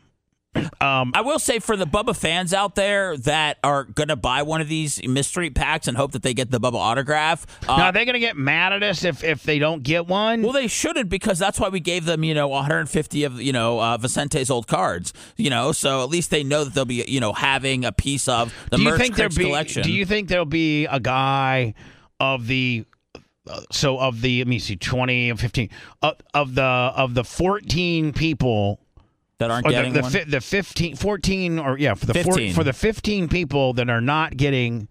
Speaker 1: Um,
Speaker 3: I will say for the Bubba fans out there that are gonna buy one of these mystery packs and hope that they get the Bubba autograph. Uh,
Speaker 1: now, are they going to get mad at us if, if they don't get one?
Speaker 3: well, they shouldn't because that's why we gave them, you know, 150 of, you know, uh, Vicente's old cards, you know, so at least they know that they'll be, you know, having a piece of the
Speaker 1: do you
Speaker 3: merch
Speaker 1: think there'll
Speaker 3: Critics
Speaker 1: be?
Speaker 3: collection.
Speaker 1: Do you think there'll be a guy of the uh, so of the let me see twenty and fifteen uh, of the of the fourteen people
Speaker 3: that aren't
Speaker 1: or the,
Speaker 3: getting
Speaker 1: the,
Speaker 3: one?
Speaker 1: fi- the 15 14 or yeah for the four-
Speaker 3: 15.
Speaker 1: for the fifteen people that are not getting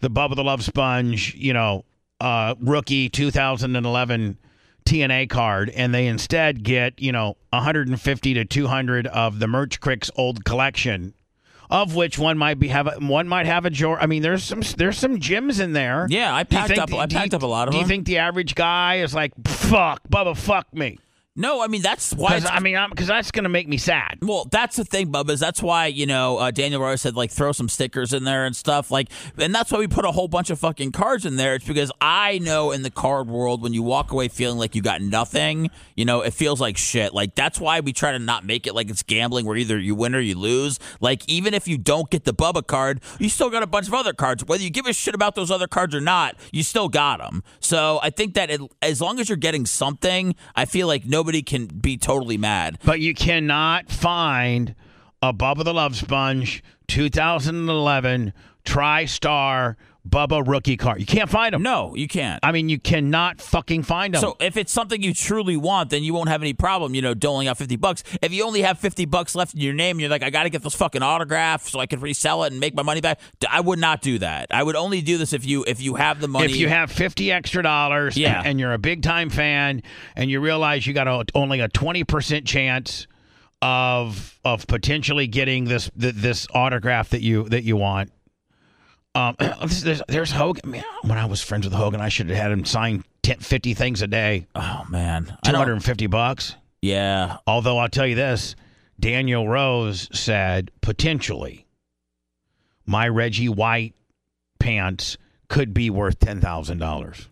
Speaker 1: the Bubba the Love Sponge you know uh, rookie two thousand and eleven. TNA card and they instead get, you know, 150 to 200 of the Merch Crick's old collection, of which one might be have a, one might have a jor. I mean, there's some there's some gems in there.
Speaker 3: Yeah, I
Speaker 1: Do you
Speaker 3: packed up- I
Speaker 1: do you-
Speaker 3: packed up a lot of
Speaker 1: Do you
Speaker 3: them.
Speaker 1: think the average guy is like, fuck, Bubba, fuck me?
Speaker 3: No, I mean that's why.
Speaker 5: 'Cause,
Speaker 3: It's,
Speaker 5: I mean, because that's going to make me sad.
Speaker 3: well, that's the thing, Bubba. Is that's why you know uh, Daniel Rose said like throw some stickers in there and stuff like, and that's why we put a whole bunch of fucking cards in there. It's because I know in the card world when you walk away feeling like you got nothing, you know it feels like shit. Like that's why we try to not make it like it's gambling where either you win or you lose. Like even if you don't get the Bubba card, you still got a bunch of other cards. Whether you give a shit about those other cards or not, you still got them. So I think that it, as long as you're getting something, I feel like nobody can be totally mad.
Speaker 1: But you cannot find a Bubba the Love Sponge 2011 Tri Star Bubba rookie card. You can't find them.
Speaker 3: No, you can't.
Speaker 1: I mean, you cannot fucking find them.
Speaker 3: So if it's something you truly want, then you won't have any problem, you know, doling out fifty bucks. If you only have fifty bucks left in your name, you're like, I got to get this fucking autograph so I can resell it and make my money back. D- I would not do that. I would only do this if you if you have the money.
Speaker 1: if you have 50 extra dollars
Speaker 3: Yeah.
Speaker 1: and, and you're a big time fan and you realize you got a, only a 20% chance of of potentially getting this th- this autograph that you that you want um *clears throat* this- there's, there's Hogan man, when I was friends with Hogan I should have had him sign 10, 50 things a day
Speaker 3: oh man, I don't-
Speaker 1: 250 bucks
Speaker 3: Yeah,
Speaker 1: although I'll tell you this Daniel Rose said potentially my Reggie White pants could be worth $10,000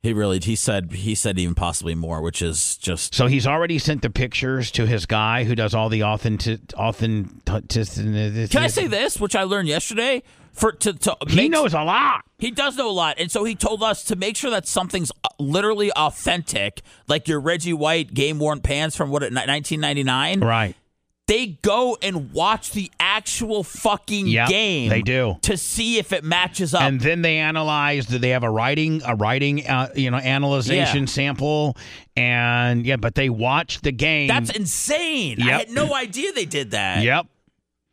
Speaker 3: he really. He said he said even possibly more, which is just
Speaker 1: So he's already sent the pictures to his guy who does all the authentic authenticity.
Speaker 3: Can I say this, which I learned yesterday? For to, to
Speaker 1: He
Speaker 3: make-
Speaker 1: knows a lot.
Speaker 3: He does know a lot, and so he told us to make sure that something's uh, literally authentic, like your Reggie White game worn pants from what 1999.
Speaker 1: Right.
Speaker 3: They go and watch the actual fucking
Speaker 1: Yeah,
Speaker 3: game.
Speaker 1: they do.
Speaker 3: to see if it matches up.
Speaker 1: And then they analyze. Do they have a writing a writing uh, you know analyzation
Speaker 3: Yeah.
Speaker 1: sample? And yeah, but they watch the game.
Speaker 3: that's insane. I
Speaker 1: Yep.
Speaker 3: had no idea they did that.
Speaker 1: yep.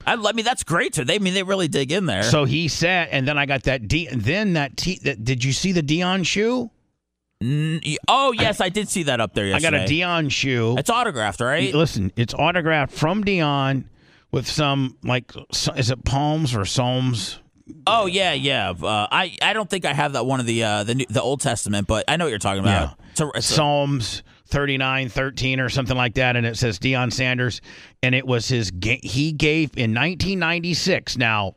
Speaker 3: I, I mean, that's great. To they I mean they really dig in there.
Speaker 1: So he said, and then I got that. D, then that, T, that. Did you see the Dion shoe?
Speaker 3: Mm, y- oh yes, I, did see that up there
Speaker 1: I got
Speaker 3: yesterday.
Speaker 1: a Dion shoe.
Speaker 3: It's autographed, right?
Speaker 1: Listen, it's autographed from Dion with some like so- is it Palms or Psalms?
Speaker 3: Oh yeah, yeah. Uh, I I don't think I have that one of the uh, the new, the Old Testament, but I know what you're talking about.
Speaker 1: Yeah.
Speaker 3: It's a- it's a-
Speaker 1: Psalms 39, 13 or something like that. And it says Deion Sanders. And it was his, ga- he gave in 1996. Now,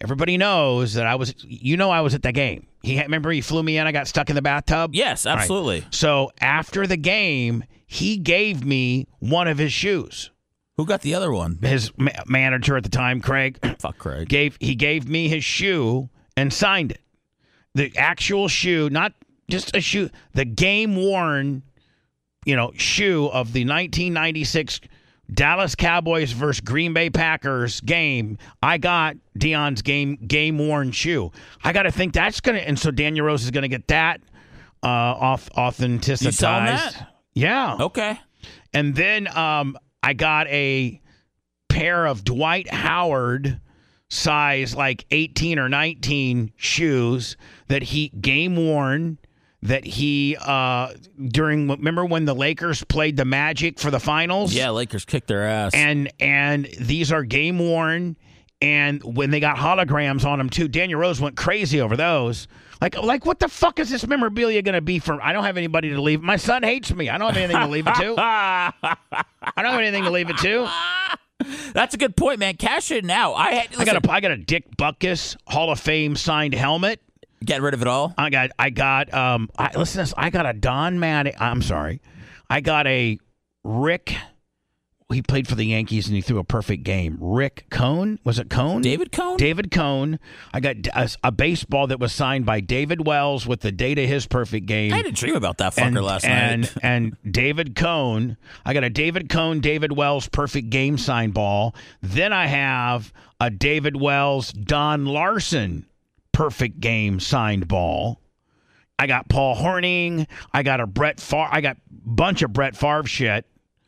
Speaker 1: everybody knows that I was, you know, I was at the game. He had- Remember he flew me in, I got stuck in the bathtub?
Speaker 3: yes,
Speaker 1: All right.
Speaker 3: absolutely.
Speaker 1: So after the game, he gave me one of his shoes.
Speaker 3: Who got the other one?
Speaker 1: His ma- manager at the time, Craig,
Speaker 3: Fuck Craig.
Speaker 1: gave he gave me his shoe and signed it. The actual shoe, not just a shoe, the game worn, you know, shoe of the 1996 Dallas Cowboys versus Green Bay Packers game. I got Dion's game game worn shoe. I got to think that's gonna, and so Daniel Rose is gonna get that uh, off authenticity.
Speaker 3: You selling that?
Speaker 1: Yeah.
Speaker 3: Okay.
Speaker 1: And then um, I got a pair of Dwight Howard size like 18 or 19 shoes that he game worn that he uh during remember when the Lakers played the Magic for the finals?
Speaker 3: Yeah, Lakers kicked their ass.
Speaker 1: And and these are game worn and when they got holograms on them too, Daniel Rose went crazy over those. Like, like, what the fuck is this memorabilia going to be for? I don't have anybody to leave. My son hates me. I don't have anything to leave it to. I don't have anything to leave it to.
Speaker 3: That's a good point, man. Cash it now. I had
Speaker 1: I got a I got a Dick Buckus Hall of Fame signed helmet.
Speaker 3: get rid of it all.
Speaker 1: I got I got um I, listen to this. I got a Don Madden. I'm sorry. I got a Rick. He played for the Yankees and he threw a perfect game. Rick Cohn was it Cohn?
Speaker 3: David Cohn?
Speaker 1: David Cohn. I got a, a baseball that was signed by David Wells with the date of his perfect game.
Speaker 3: I had a dream about that fucker
Speaker 1: and,
Speaker 3: last
Speaker 1: and,
Speaker 3: night.
Speaker 1: and David Cohn. I got a David Cohn, David Wells perfect game sign ball. Then I have a David Wells, Don Larson perfect game signed ball. I got Paul Horning. I got a Brett Favre. I got bunch of Brett Favre shit.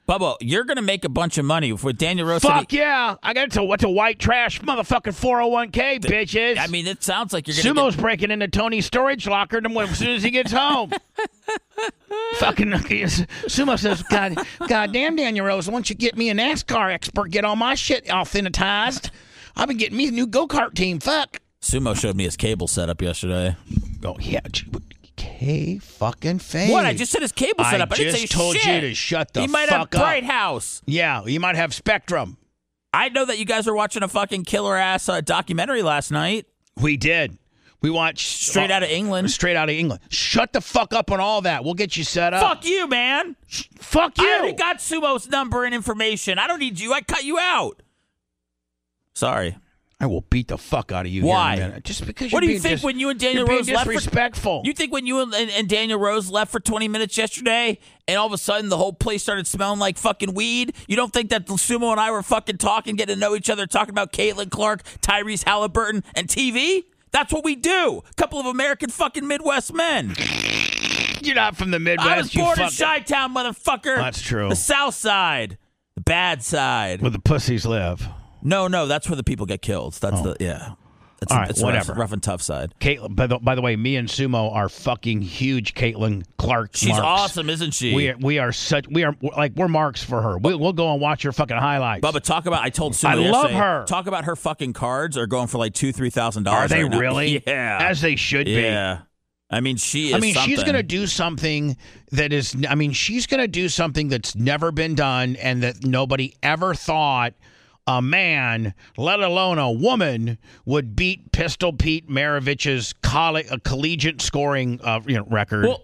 Speaker 3: Bubba, you're gonna make a bunch of money with Daniel Rose.
Speaker 1: Fuck yeah! I got to what's a white trash motherfucking four hundred one k bitches.
Speaker 3: I mean, it sounds like you're gonna.
Speaker 1: Sumo's breaking into Tony's storage locker to- as soon as he gets
Speaker 3: *laughs*
Speaker 1: home. Fucking Sumo says, God, goddamn Daniel Rose, why don't you get me a NASCAR expert, get all my shit authenticized? I've been getting me a new go kart team. Fuck.
Speaker 3: Get, Sumo showed me his cable setup yesterday.
Speaker 1: Oh yeah, gee, what- Hey, fucking face.
Speaker 3: What? I just said his cable
Speaker 1: I
Speaker 3: set up. I didn't
Speaker 1: just
Speaker 3: say
Speaker 1: told
Speaker 3: shit.
Speaker 1: you to shut the
Speaker 3: He might
Speaker 1: fuck
Speaker 3: have
Speaker 1: up.
Speaker 3: Bright House.
Speaker 1: Yeah, you might have Spectrum.
Speaker 3: I know that you guys were watching a fucking killer ass uh, documentary last night.
Speaker 1: We did. We watched uh,
Speaker 3: Straight Outta England.
Speaker 1: Straight out of England. Shut the fuck up on all that. We'll get you set up.
Speaker 3: Fuck you, man.
Speaker 1: Uh. Fuck
Speaker 3: I already got Sumo's number and information. I don't need you. I cut you out. Sorry.
Speaker 1: I will beat the fuck out of you.
Speaker 3: Why?
Speaker 1: Here in a minute. Just because.
Speaker 3: What do
Speaker 1: you're
Speaker 3: you
Speaker 1: being
Speaker 3: think
Speaker 1: dis-
Speaker 3: when you and Daniel
Speaker 1: you're being
Speaker 3: Rose left for-
Speaker 1: disrespectful?
Speaker 3: You think when you and, and Daniel Rose left for 20 minutes yesterday and all of a sudden the whole place started smelling like fucking weed? You don't think that Sumo and I were fucking talking, getting to know each other, talking about Caitlin Clark, Tyrese Halliburton, and TV? That's what we do. A couple of American fucking Midwest men.
Speaker 1: you're not from the Midwest.
Speaker 3: I was
Speaker 1: you
Speaker 3: born in
Speaker 1: fuck-
Speaker 3: Chi Town, motherfucker.
Speaker 1: That's true.
Speaker 3: The South Side. The bad side.
Speaker 1: Where the pussies live.
Speaker 3: No, no, that's where the people get killed. That's the yeah. That's
Speaker 1: Oh. All right,
Speaker 3: it's the
Speaker 1: whatever.
Speaker 3: Rough, rough and tough side.
Speaker 1: Caitlin, by the, by the way, me and Sumo are fucking huge Caitlin Clark.
Speaker 3: She's
Speaker 1: marks.
Speaker 3: awesome, isn't she?
Speaker 1: We are, we are such we are like we're marks for her. We, we'll go and watch her fucking highlights.
Speaker 3: Bubba, talk about. I told Sue.
Speaker 1: I love
Speaker 3: yesterday,
Speaker 1: her.
Speaker 3: Talk about her fucking cards are going for like two, three thousand
Speaker 1: are
Speaker 3: dollars.
Speaker 1: they
Speaker 3: right now.
Speaker 1: really?
Speaker 3: *laughs* Yeah.
Speaker 1: as they should be.
Speaker 3: yeah. I mean, she is.
Speaker 1: I mean, she's
Speaker 3: something.
Speaker 1: going to do something that is. I mean, she's going to do something that's never been done and that nobody ever thought a man, let alone a woman, would beat Pistol Pete Maravich's colle- uh, collegiate scoring uh, you know, record.
Speaker 3: Well-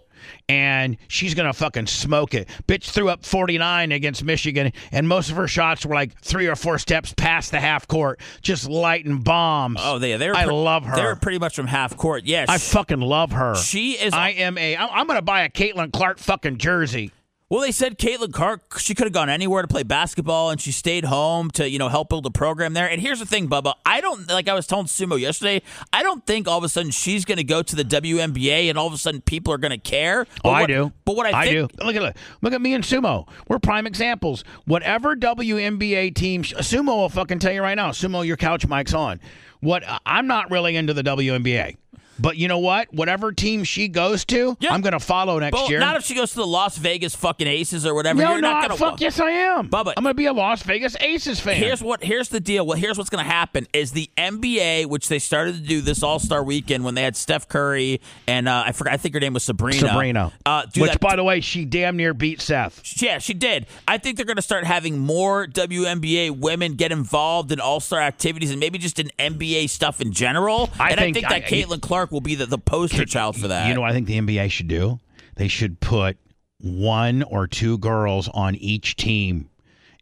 Speaker 1: and she's going to fucking smoke it. Bitch threw up 49 against Michigan, and most of her shots were like three or four steps past the half court, just lighting bombs.
Speaker 3: Oh, they. They're.
Speaker 1: I
Speaker 3: pre-
Speaker 1: love her.
Speaker 3: They're pretty much from half court. Yeah.
Speaker 1: I
Speaker 3: she-
Speaker 1: fucking love her.
Speaker 3: she is.
Speaker 1: I am a. I'm, I'm going to buy a Caitlin Clark fucking jersey.
Speaker 3: Well, they said Caitlin Clark, she could have gone anywhere to play basketball and she stayed home to, you know, help build a program there. And here's the thing, Bubba. I don't, like I was telling Sumo yesterday, I don't think all of a sudden she's going to go to the WNBA and all of a sudden people are going to care. But
Speaker 1: Oh, I
Speaker 3: what-
Speaker 1: do.
Speaker 3: But what I, think,
Speaker 1: do. Look at look at me and Sumo. We're prime examples. Whatever WNBA team, Sumo will fucking tell you right now. Sumo, your couch mic's on. What I'm not really into the WNBA, but you know what? Whatever team she goes to,
Speaker 3: Yeah.
Speaker 1: I'm going to follow next
Speaker 3: Well,
Speaker 1: year.
Speaker 3: not if she goes to the Las Vegas fucking Aces or whatever.
Speaker 1: no,
Speaker 3: You're
Speaker 1: no,
Speaker 3: not
Speaker 1: I-
Speaker 3: going to
Speaker 1: fuck yes, I am.
Speaker 3: Bubba-
Speaker 1: I'm going to be a Las Vegas Aces fan.
Speaker 3: Here's what. Here's the deal. Well, here's what's going to happen is the NBA, which they started to do this All Star Weekend when they had Steph Curry and uh, I forgot. I think her name was Sabrina.
Speaker 1: Sabrina,
Speaker 3: Uh, do
Speaker 1: which
Speaker 3: that
Speaker 1: by the way, she damn near beat Seth.
Speaker 3: Yeah, she did. I think they're going to start having more WNBA women get involved in All Star activities and maybe just in NBA stuff in general.
Speaker 1: I
Speaker 3: and
Speaker 1: think-
Speaker 3: I think that
Speaker 1: I-
Speaker 3: Caitlin Clark will be the, the poster child for that.
Speaker 1: You know what I think the NBA should do? They should put one or two girls on each team,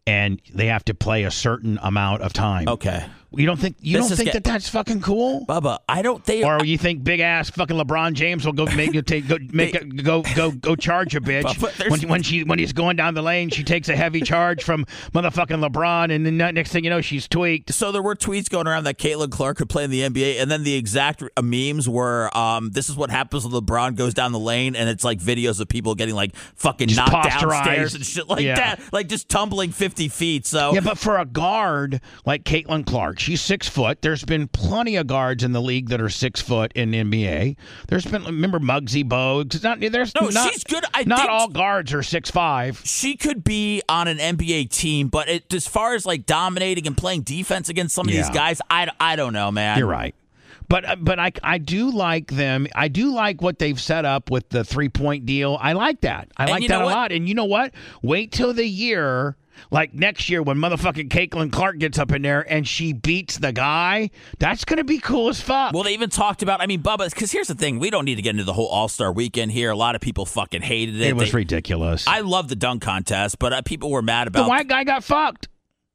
Speaker 1: and they have to play a certain amount of time.
Speaker 3: Okay,
Speaker 1: You don't think you
Speaker 3: This
Speaker 1: don't
Speaker 3: is
Speaker 1: think
Speaker 3: get-
Speaker 1: that that's fucking cool?
Speaker 3: Bubba, I don't think.
Speaker 1: Or you think big ass fucking LeBron James will go make you take go make a, go go go charge a bitch
Speaker 3: *laughs* But there's-
Speaker 1: when, when she when he's going down the lane she takes a heavy charge from motherfucking LeBron and then next thing you know she's tweaked.
Speaker 3: so there were tweets going around that Caitlin Clark could play in the NBA, and then the exact uh, memes were, um, "This is what happens when LeBron goes down the lane," and it's like videos of people getting like fucking
Speaker 1: Just
Speaker 3: knocked
Speaker 1: posterized.
Speaker 3: downstairs and shit like
Speaker 1: Yeah.
Speaker 3: that, like just tumbling fifty feet. So
Speaker 1: Yeah, but for a guard like Caitlin Clark, she's six foot. There's been plenty of guards in the league that are six foot in the NBA. There's been remember Muggsy Bogues. It's Not there's
Speaker 3: No,
Speaker 1: not,
Speaker 3: she's good. I
Speaker 1: not
Speaker 3: think-
Speaker 1: all guards are six five.
Speaker 3: she could be on an NBA team, but it, as far as like dominating and playing defense against some of these
Speaker 1: Yeah.
Speaker 3: guys, I, I don't know, man.
Speaker 1: You're right. But uh, but I I do like them. I do like what they've set up with the three point deal. I like that. I
Speaker 3: And
Speaker 1: like
Speaker 3: you
Speaker 1: that
Speaker 3: know
Speaker 1: a
Speaker 3: what?
Speaker 1: lot. And you know what? Wait till the year. Like next year when motherfucking Caitlin Clark gets up in there and she beats the guy, that's gonna be cool as fuck.
Speaker 3: Well, they even talked about. I mean, Bubba, because here's the thing: we don't need to get into the whole All Star Weekend here. A lot of people fucking hated it.
Speaker 1: it was
Speaker 3: They-
Speaker 1: ridiculous.
Speaker 3: I love the dunk contest, but uh, people were mad
Speaker 1: the
Speaker 3: about.
Speaker 1: white guy got fucked.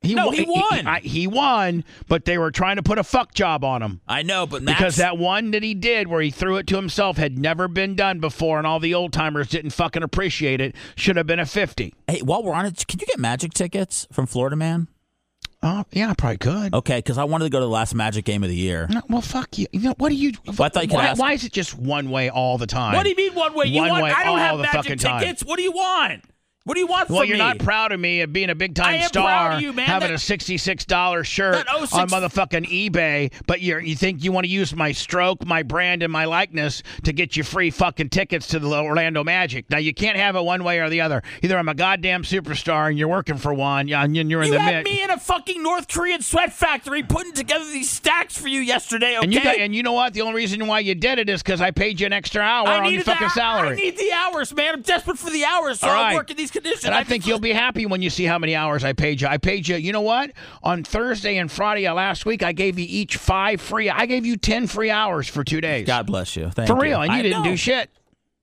Speaker 1: He
Speaker 3: No,
Speaker 1: wa-
Speaker 3: he won.
Speaker 1: I- He, won, but they were trying to put a fuck job on him
Speaker 3: I know, but Max,
Speaker 1: because that one that he did, where he threw it to himself, had never been done before, and all the old timers didn't fucking appreciate it. Should have been a fifty.
Speaker 3: Hey, while we're on it, can you get Magic tickets from Florida Man?
Speaker 1: Oh yeah, I probably could.
Speaker 3: Okay, because I wanted to go to the last Magic game of the year.
Speaker 1: No, well, fuck you. You know what do you?
Speaker 3: I thought you could
Speaker 1: why,
Speaker 3: ask-
Speaker 1: why is it just one way all the time?
Speaker 3: What do you mean one way? You
Speaker 1: One
Speaker 3: want?
Speaker 1: way
Speaker 3: I don't
Speaker 1: all
Speaker 3: have
Speaker 1: the
Speaker 3: Magic
Speaker 1: fucking time.
Speaker 3: tickets. What do you want? What do you want
Speaker 1: Well,
Speaker 3: from
Speaker 1: you're
Speaker 3: me?
Speaker 1: not proud of me of being a big
Speaker 3: I
Speaker 1: time
Speaker 3: am
Speaker 1: star,
Speaker 3: proud of you, man.
Speaker 1: having
Speaker 3: That-
Speaker 1: a sixty-six dollar shirt
Speaker 3: That 06
Speaker 1: on motherfucking eBay, but you you think you want to use my stroke, my brand, and my likeness to get you free fucking tickets to the Orlando Magic. Now you can't have it one way or the other. Either I'm a goddamn superstar and you're working for one, yeah, and you're in
Speaker 3: you
Speaker 1: the mix.
Speaker 3: had me in a fucking North Korean sweat factory putting together these stacks for you yesterday. Okay,
Speaker 1: And you got, and you know what? The only reason why you did it is because I paid you an extra hour
Speaker 3: I
Speaker 1: on your
Speaker 3: needed
Speaker 1: fucking
Speaker 3: the,
Speaker 1: salary.
Speaker 3: I need the hours, man. I'm desperate for the hours, so
Speaker 1: All
Speaker 3: I'm
Speaker 1: right.
Speaker 3: working these conditions.
Speaker 1: *laughs* And I
Speaker 3: I'm
Speaker 1: think
Speaker 3: just-
Speaker 1: you'll be happy when you see how many hours I paid you. I paid you, you know what? On Thursday and Friday of last week, I gave you each five free. I gave you 10 free hours for two days.
Speaker 3: God bless you. Thank
Speaker 1: for
Speaker 3: you.
Speaker 1: real. And you
Speaker 3: I
Speaker 1: didn't
Speaker 3: know.
Speaker 1: do shit.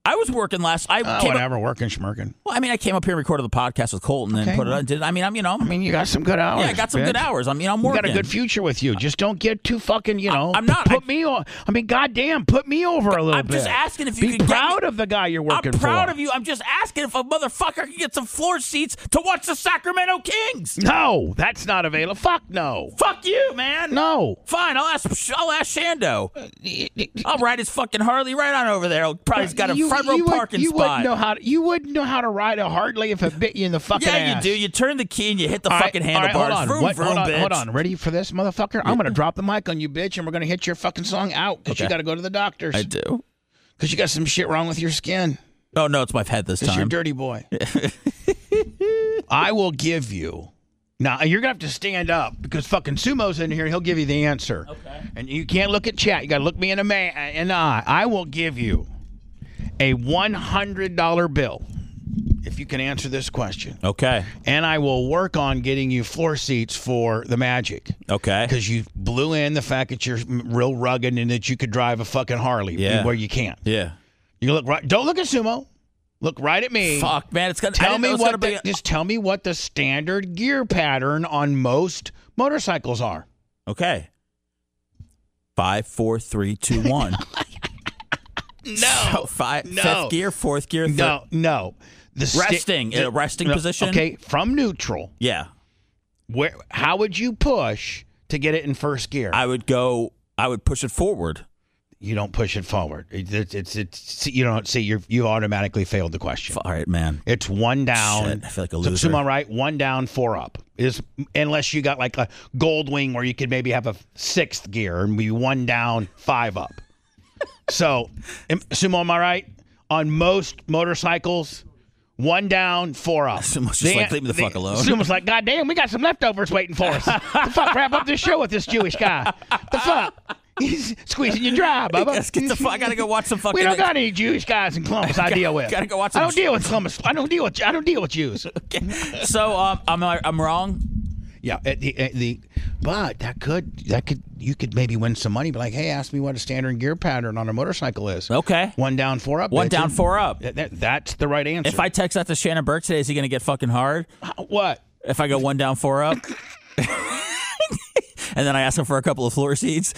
Speaker 3: I was working last. I
Speaker 1: Oh,
Speaker 3: came up-
Speaker 1: whatever. working, schmirking.
Speaker 3: well, I mean, I came up here and recorded the podcast with Colton and
Speaker 1: Okay,
Speaker 3: put it
Speaker 1: well.
Speaker 3: on. Did I mean? I'm you know.
Speaker 1: I mean, you got some good hours.
Speaker 3: yeah, I got some good
Speaker 1: bitch.
Speaker 3: hours. I mean, I'm
Speaker 1: You
Speaker 3: working.
Speaker 1: got a good future with you. Just don't get too fucking, you know.
Speaker 3: I'm not-
Speaker 1: Put
Speaker 3: I-
Speaker 1: me on. I mean, goddamn, put me over a little
Speaker 3: I'm
Speaker 1: bit.
Speaker 3: just asking if you
Speaker 1: Be
Speaker 3: could get
Speaker 1: proud
Speaker 3: me-
Speaker 1: of the guy you're
Speaker 3: I'm
Speaker 1: working for.
Speaker 3: proud of you. I'm just asking if a motherfucker can get some floor seats to watch the Sacramento Kings.
Speaker 1: No, that's not available. Fuck no.
Speaker 3: Fuck you, man.
Speaker 1: No.
Speaker 3: Fine, I'll ask. I'll ask Shando. I'll ride his fucking Harley right on over there. Probably he's got a front row
Speaker 1: would-
Speaker 3: parking
Speaker 1: you
Speaker 3: spot.
Speaker 1: Wouldn't know how to, you wouldn't know how to ride a Harley if it bit you in the fucking
Speaker 3: yeah,
Speaker 1: ass.
Speaker 3: you do. You turn the key and you hit the
Speaker 1: All right,
Speaker 3: fucking
Speaker 1: all right,
Speaker 3: handlebars.
Speaker 1: hold on.
Speaker 3: Vroom,
Speaker 1: What-
Speaker 3: vroom,
Speaker 1: hold on,
Speaker 3: bitch.
Speaker 1: hold on. Ready for this, motherfucker? I'm gonna drop the mic on you, bitch, and we're gonna hit your fucking song out because you
Speaker 3: Okay.
Speaker 1: gotta go to the doctors
Speaker 3: I do.
Speaker 1: because you got some shit wrong with your skin.
Speaker 3: Oh no, it's my head this
Speaker 1: Because you're
Speaker 3: time.
Speaker 1: dirty
Speaker 3: *laughs*
Speaker 1: boy. I will give you. Now you're gonna have to stand up because fucking sumo's in here. He'll give you the answer. Okay. And you can't look at chat. You gotta look me in the man in the eye. I will give you a one hundred dollar bill if you can answer this question.
Speaker 3: Okay.
Speaker 1: And I will work on getting you floor seats for the Magic
Speaker 3: Okay.
Speaker 1: because you blew in the fact that you're real rugged and that you could drive a fucking Harley
Speaker 3: Yeah.
Speaker 1: where you can't.
Speaker 3: Yeah.
Speaker 1: You look right. Don't look at sumo. Look right at me.
Speaker 3: Fuck, man. It's gonna. I
Speaker 1: Tell
Speaker 3: didn't know
Speaker 1: me
Speaker 3: it was
Speaker 1: what
Speaker 3: gonna
Speaker 1: the,
Speaker 3: be.
Speaker 1: just tell me what the standard gear pattern on most motorcycles are.
Speaker 3: Okay. Five, four, three,
Speaker 1: *laughs*
Speaker 3: two, one. So five,
Speaker 1: No.
Speaker 3: fifth gear, fourth gear, third.
Speaker 1: no, no. The sta-
Speaker 3: Resting, uh, resting
Speaker 1: no,
Speaker 3: position?
Speaker 1: Okay, from neutral.
Speaker 3: Yeah,
Speaker 1: Where? How would you push to get it in first gear?
Speaker 3: I would go. I would push it forward.
Speaker 1: you don't push it forward. It- It's it's, it's you don't see you you automatically failed the question.
Speaker 3: F- All
Speaker 1: *laughs*
Speaker 3: right, man.
Speaker 1: It's one down.
Speaker 3: Shit, I feel like a
Speaker 1: So-
Speaker 3: loser.
Speaker 1: Sumo right, one down, four up. Is unless you got like a gold wing where you could maybe have a sixth gear and be one down, five
Speaker 3: *laughs*
Speaker 1: up. so, am- Sumo, am I right? On most motorcycles, one down, four up.
Speaker 3: Sumo's just like, "Leave me the fuck alone."
Speaker 1: Sumo's like, God damn, we got some leftovers waiting for us. the fuck, wrap up this show with this Jewish guy. The fuck. He's squeezing you
Speaker 3: *laughs*
Speaker 1: dry, Bubba.
Speaker 3: Let's get the fuck. I gotta go watch some fucking.
Speaker 1: We don't got any Jewish guys in Columbus. I
Speaker 3: *laughs* Gotta-
Speaker 1: deal with.
Speaker 3: gotta go watch
Speaker 1: I
Speaker 3: some
Speaker 1: don't deal with Columbus. I don't deal with. I don't deal with
Speaker 3: *laughs*
Speaker 1: Jews.
Speaker 3: So um, I'm I'm wrong.
Speaker 1: yeah, at the, at the but that could that could you could maybe win some money. But like, hey, ask me what a standard gear pattern on a motorcycle is.
Speaker 3: Okay.
Speaker 1: one down, four up.
Speaker 3: One
Speaker 1: bitches.
Speaker 3: down, four up.
Speaker 1: That- that- that's the right answer.
Speaker 3: If I text that to Shannon Burke today, is he gonna get fucking hard?
Speaker 1: what?
Speaker 3: If I go one down, four
Speaker 1: *laughs*
Speaker 3: up, *laughs* and then I ask him for a couple of floor seats.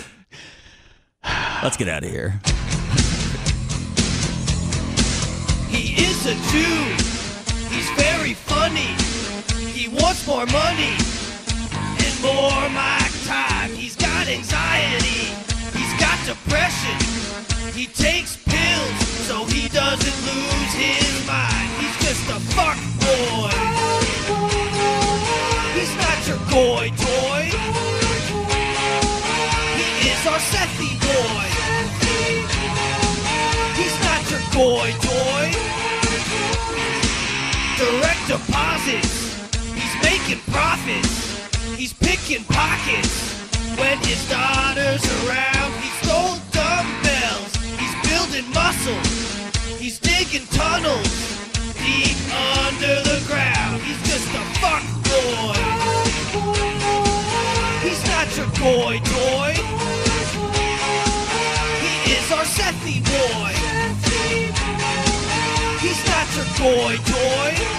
Speaker 3: Let's get out of here.
Speaker 2: He is a Jew. He's very funny. He wants more money and more my time. He's got anxiety. He's got depression. He takes pills so he doesn't lose his mind. He's just a fuck boy. He's not your goy toy. He is our Sethy boy. He's not your goy toy direct deposits. He's making profits. He's picking pockets. When his daughter's around, he stole dumbbells. He's building muscle. He's digging tunnels deep under the ground. He's just a fuck boy. He's not your boy toy. He is our Sethy boy. He's not your boy toy.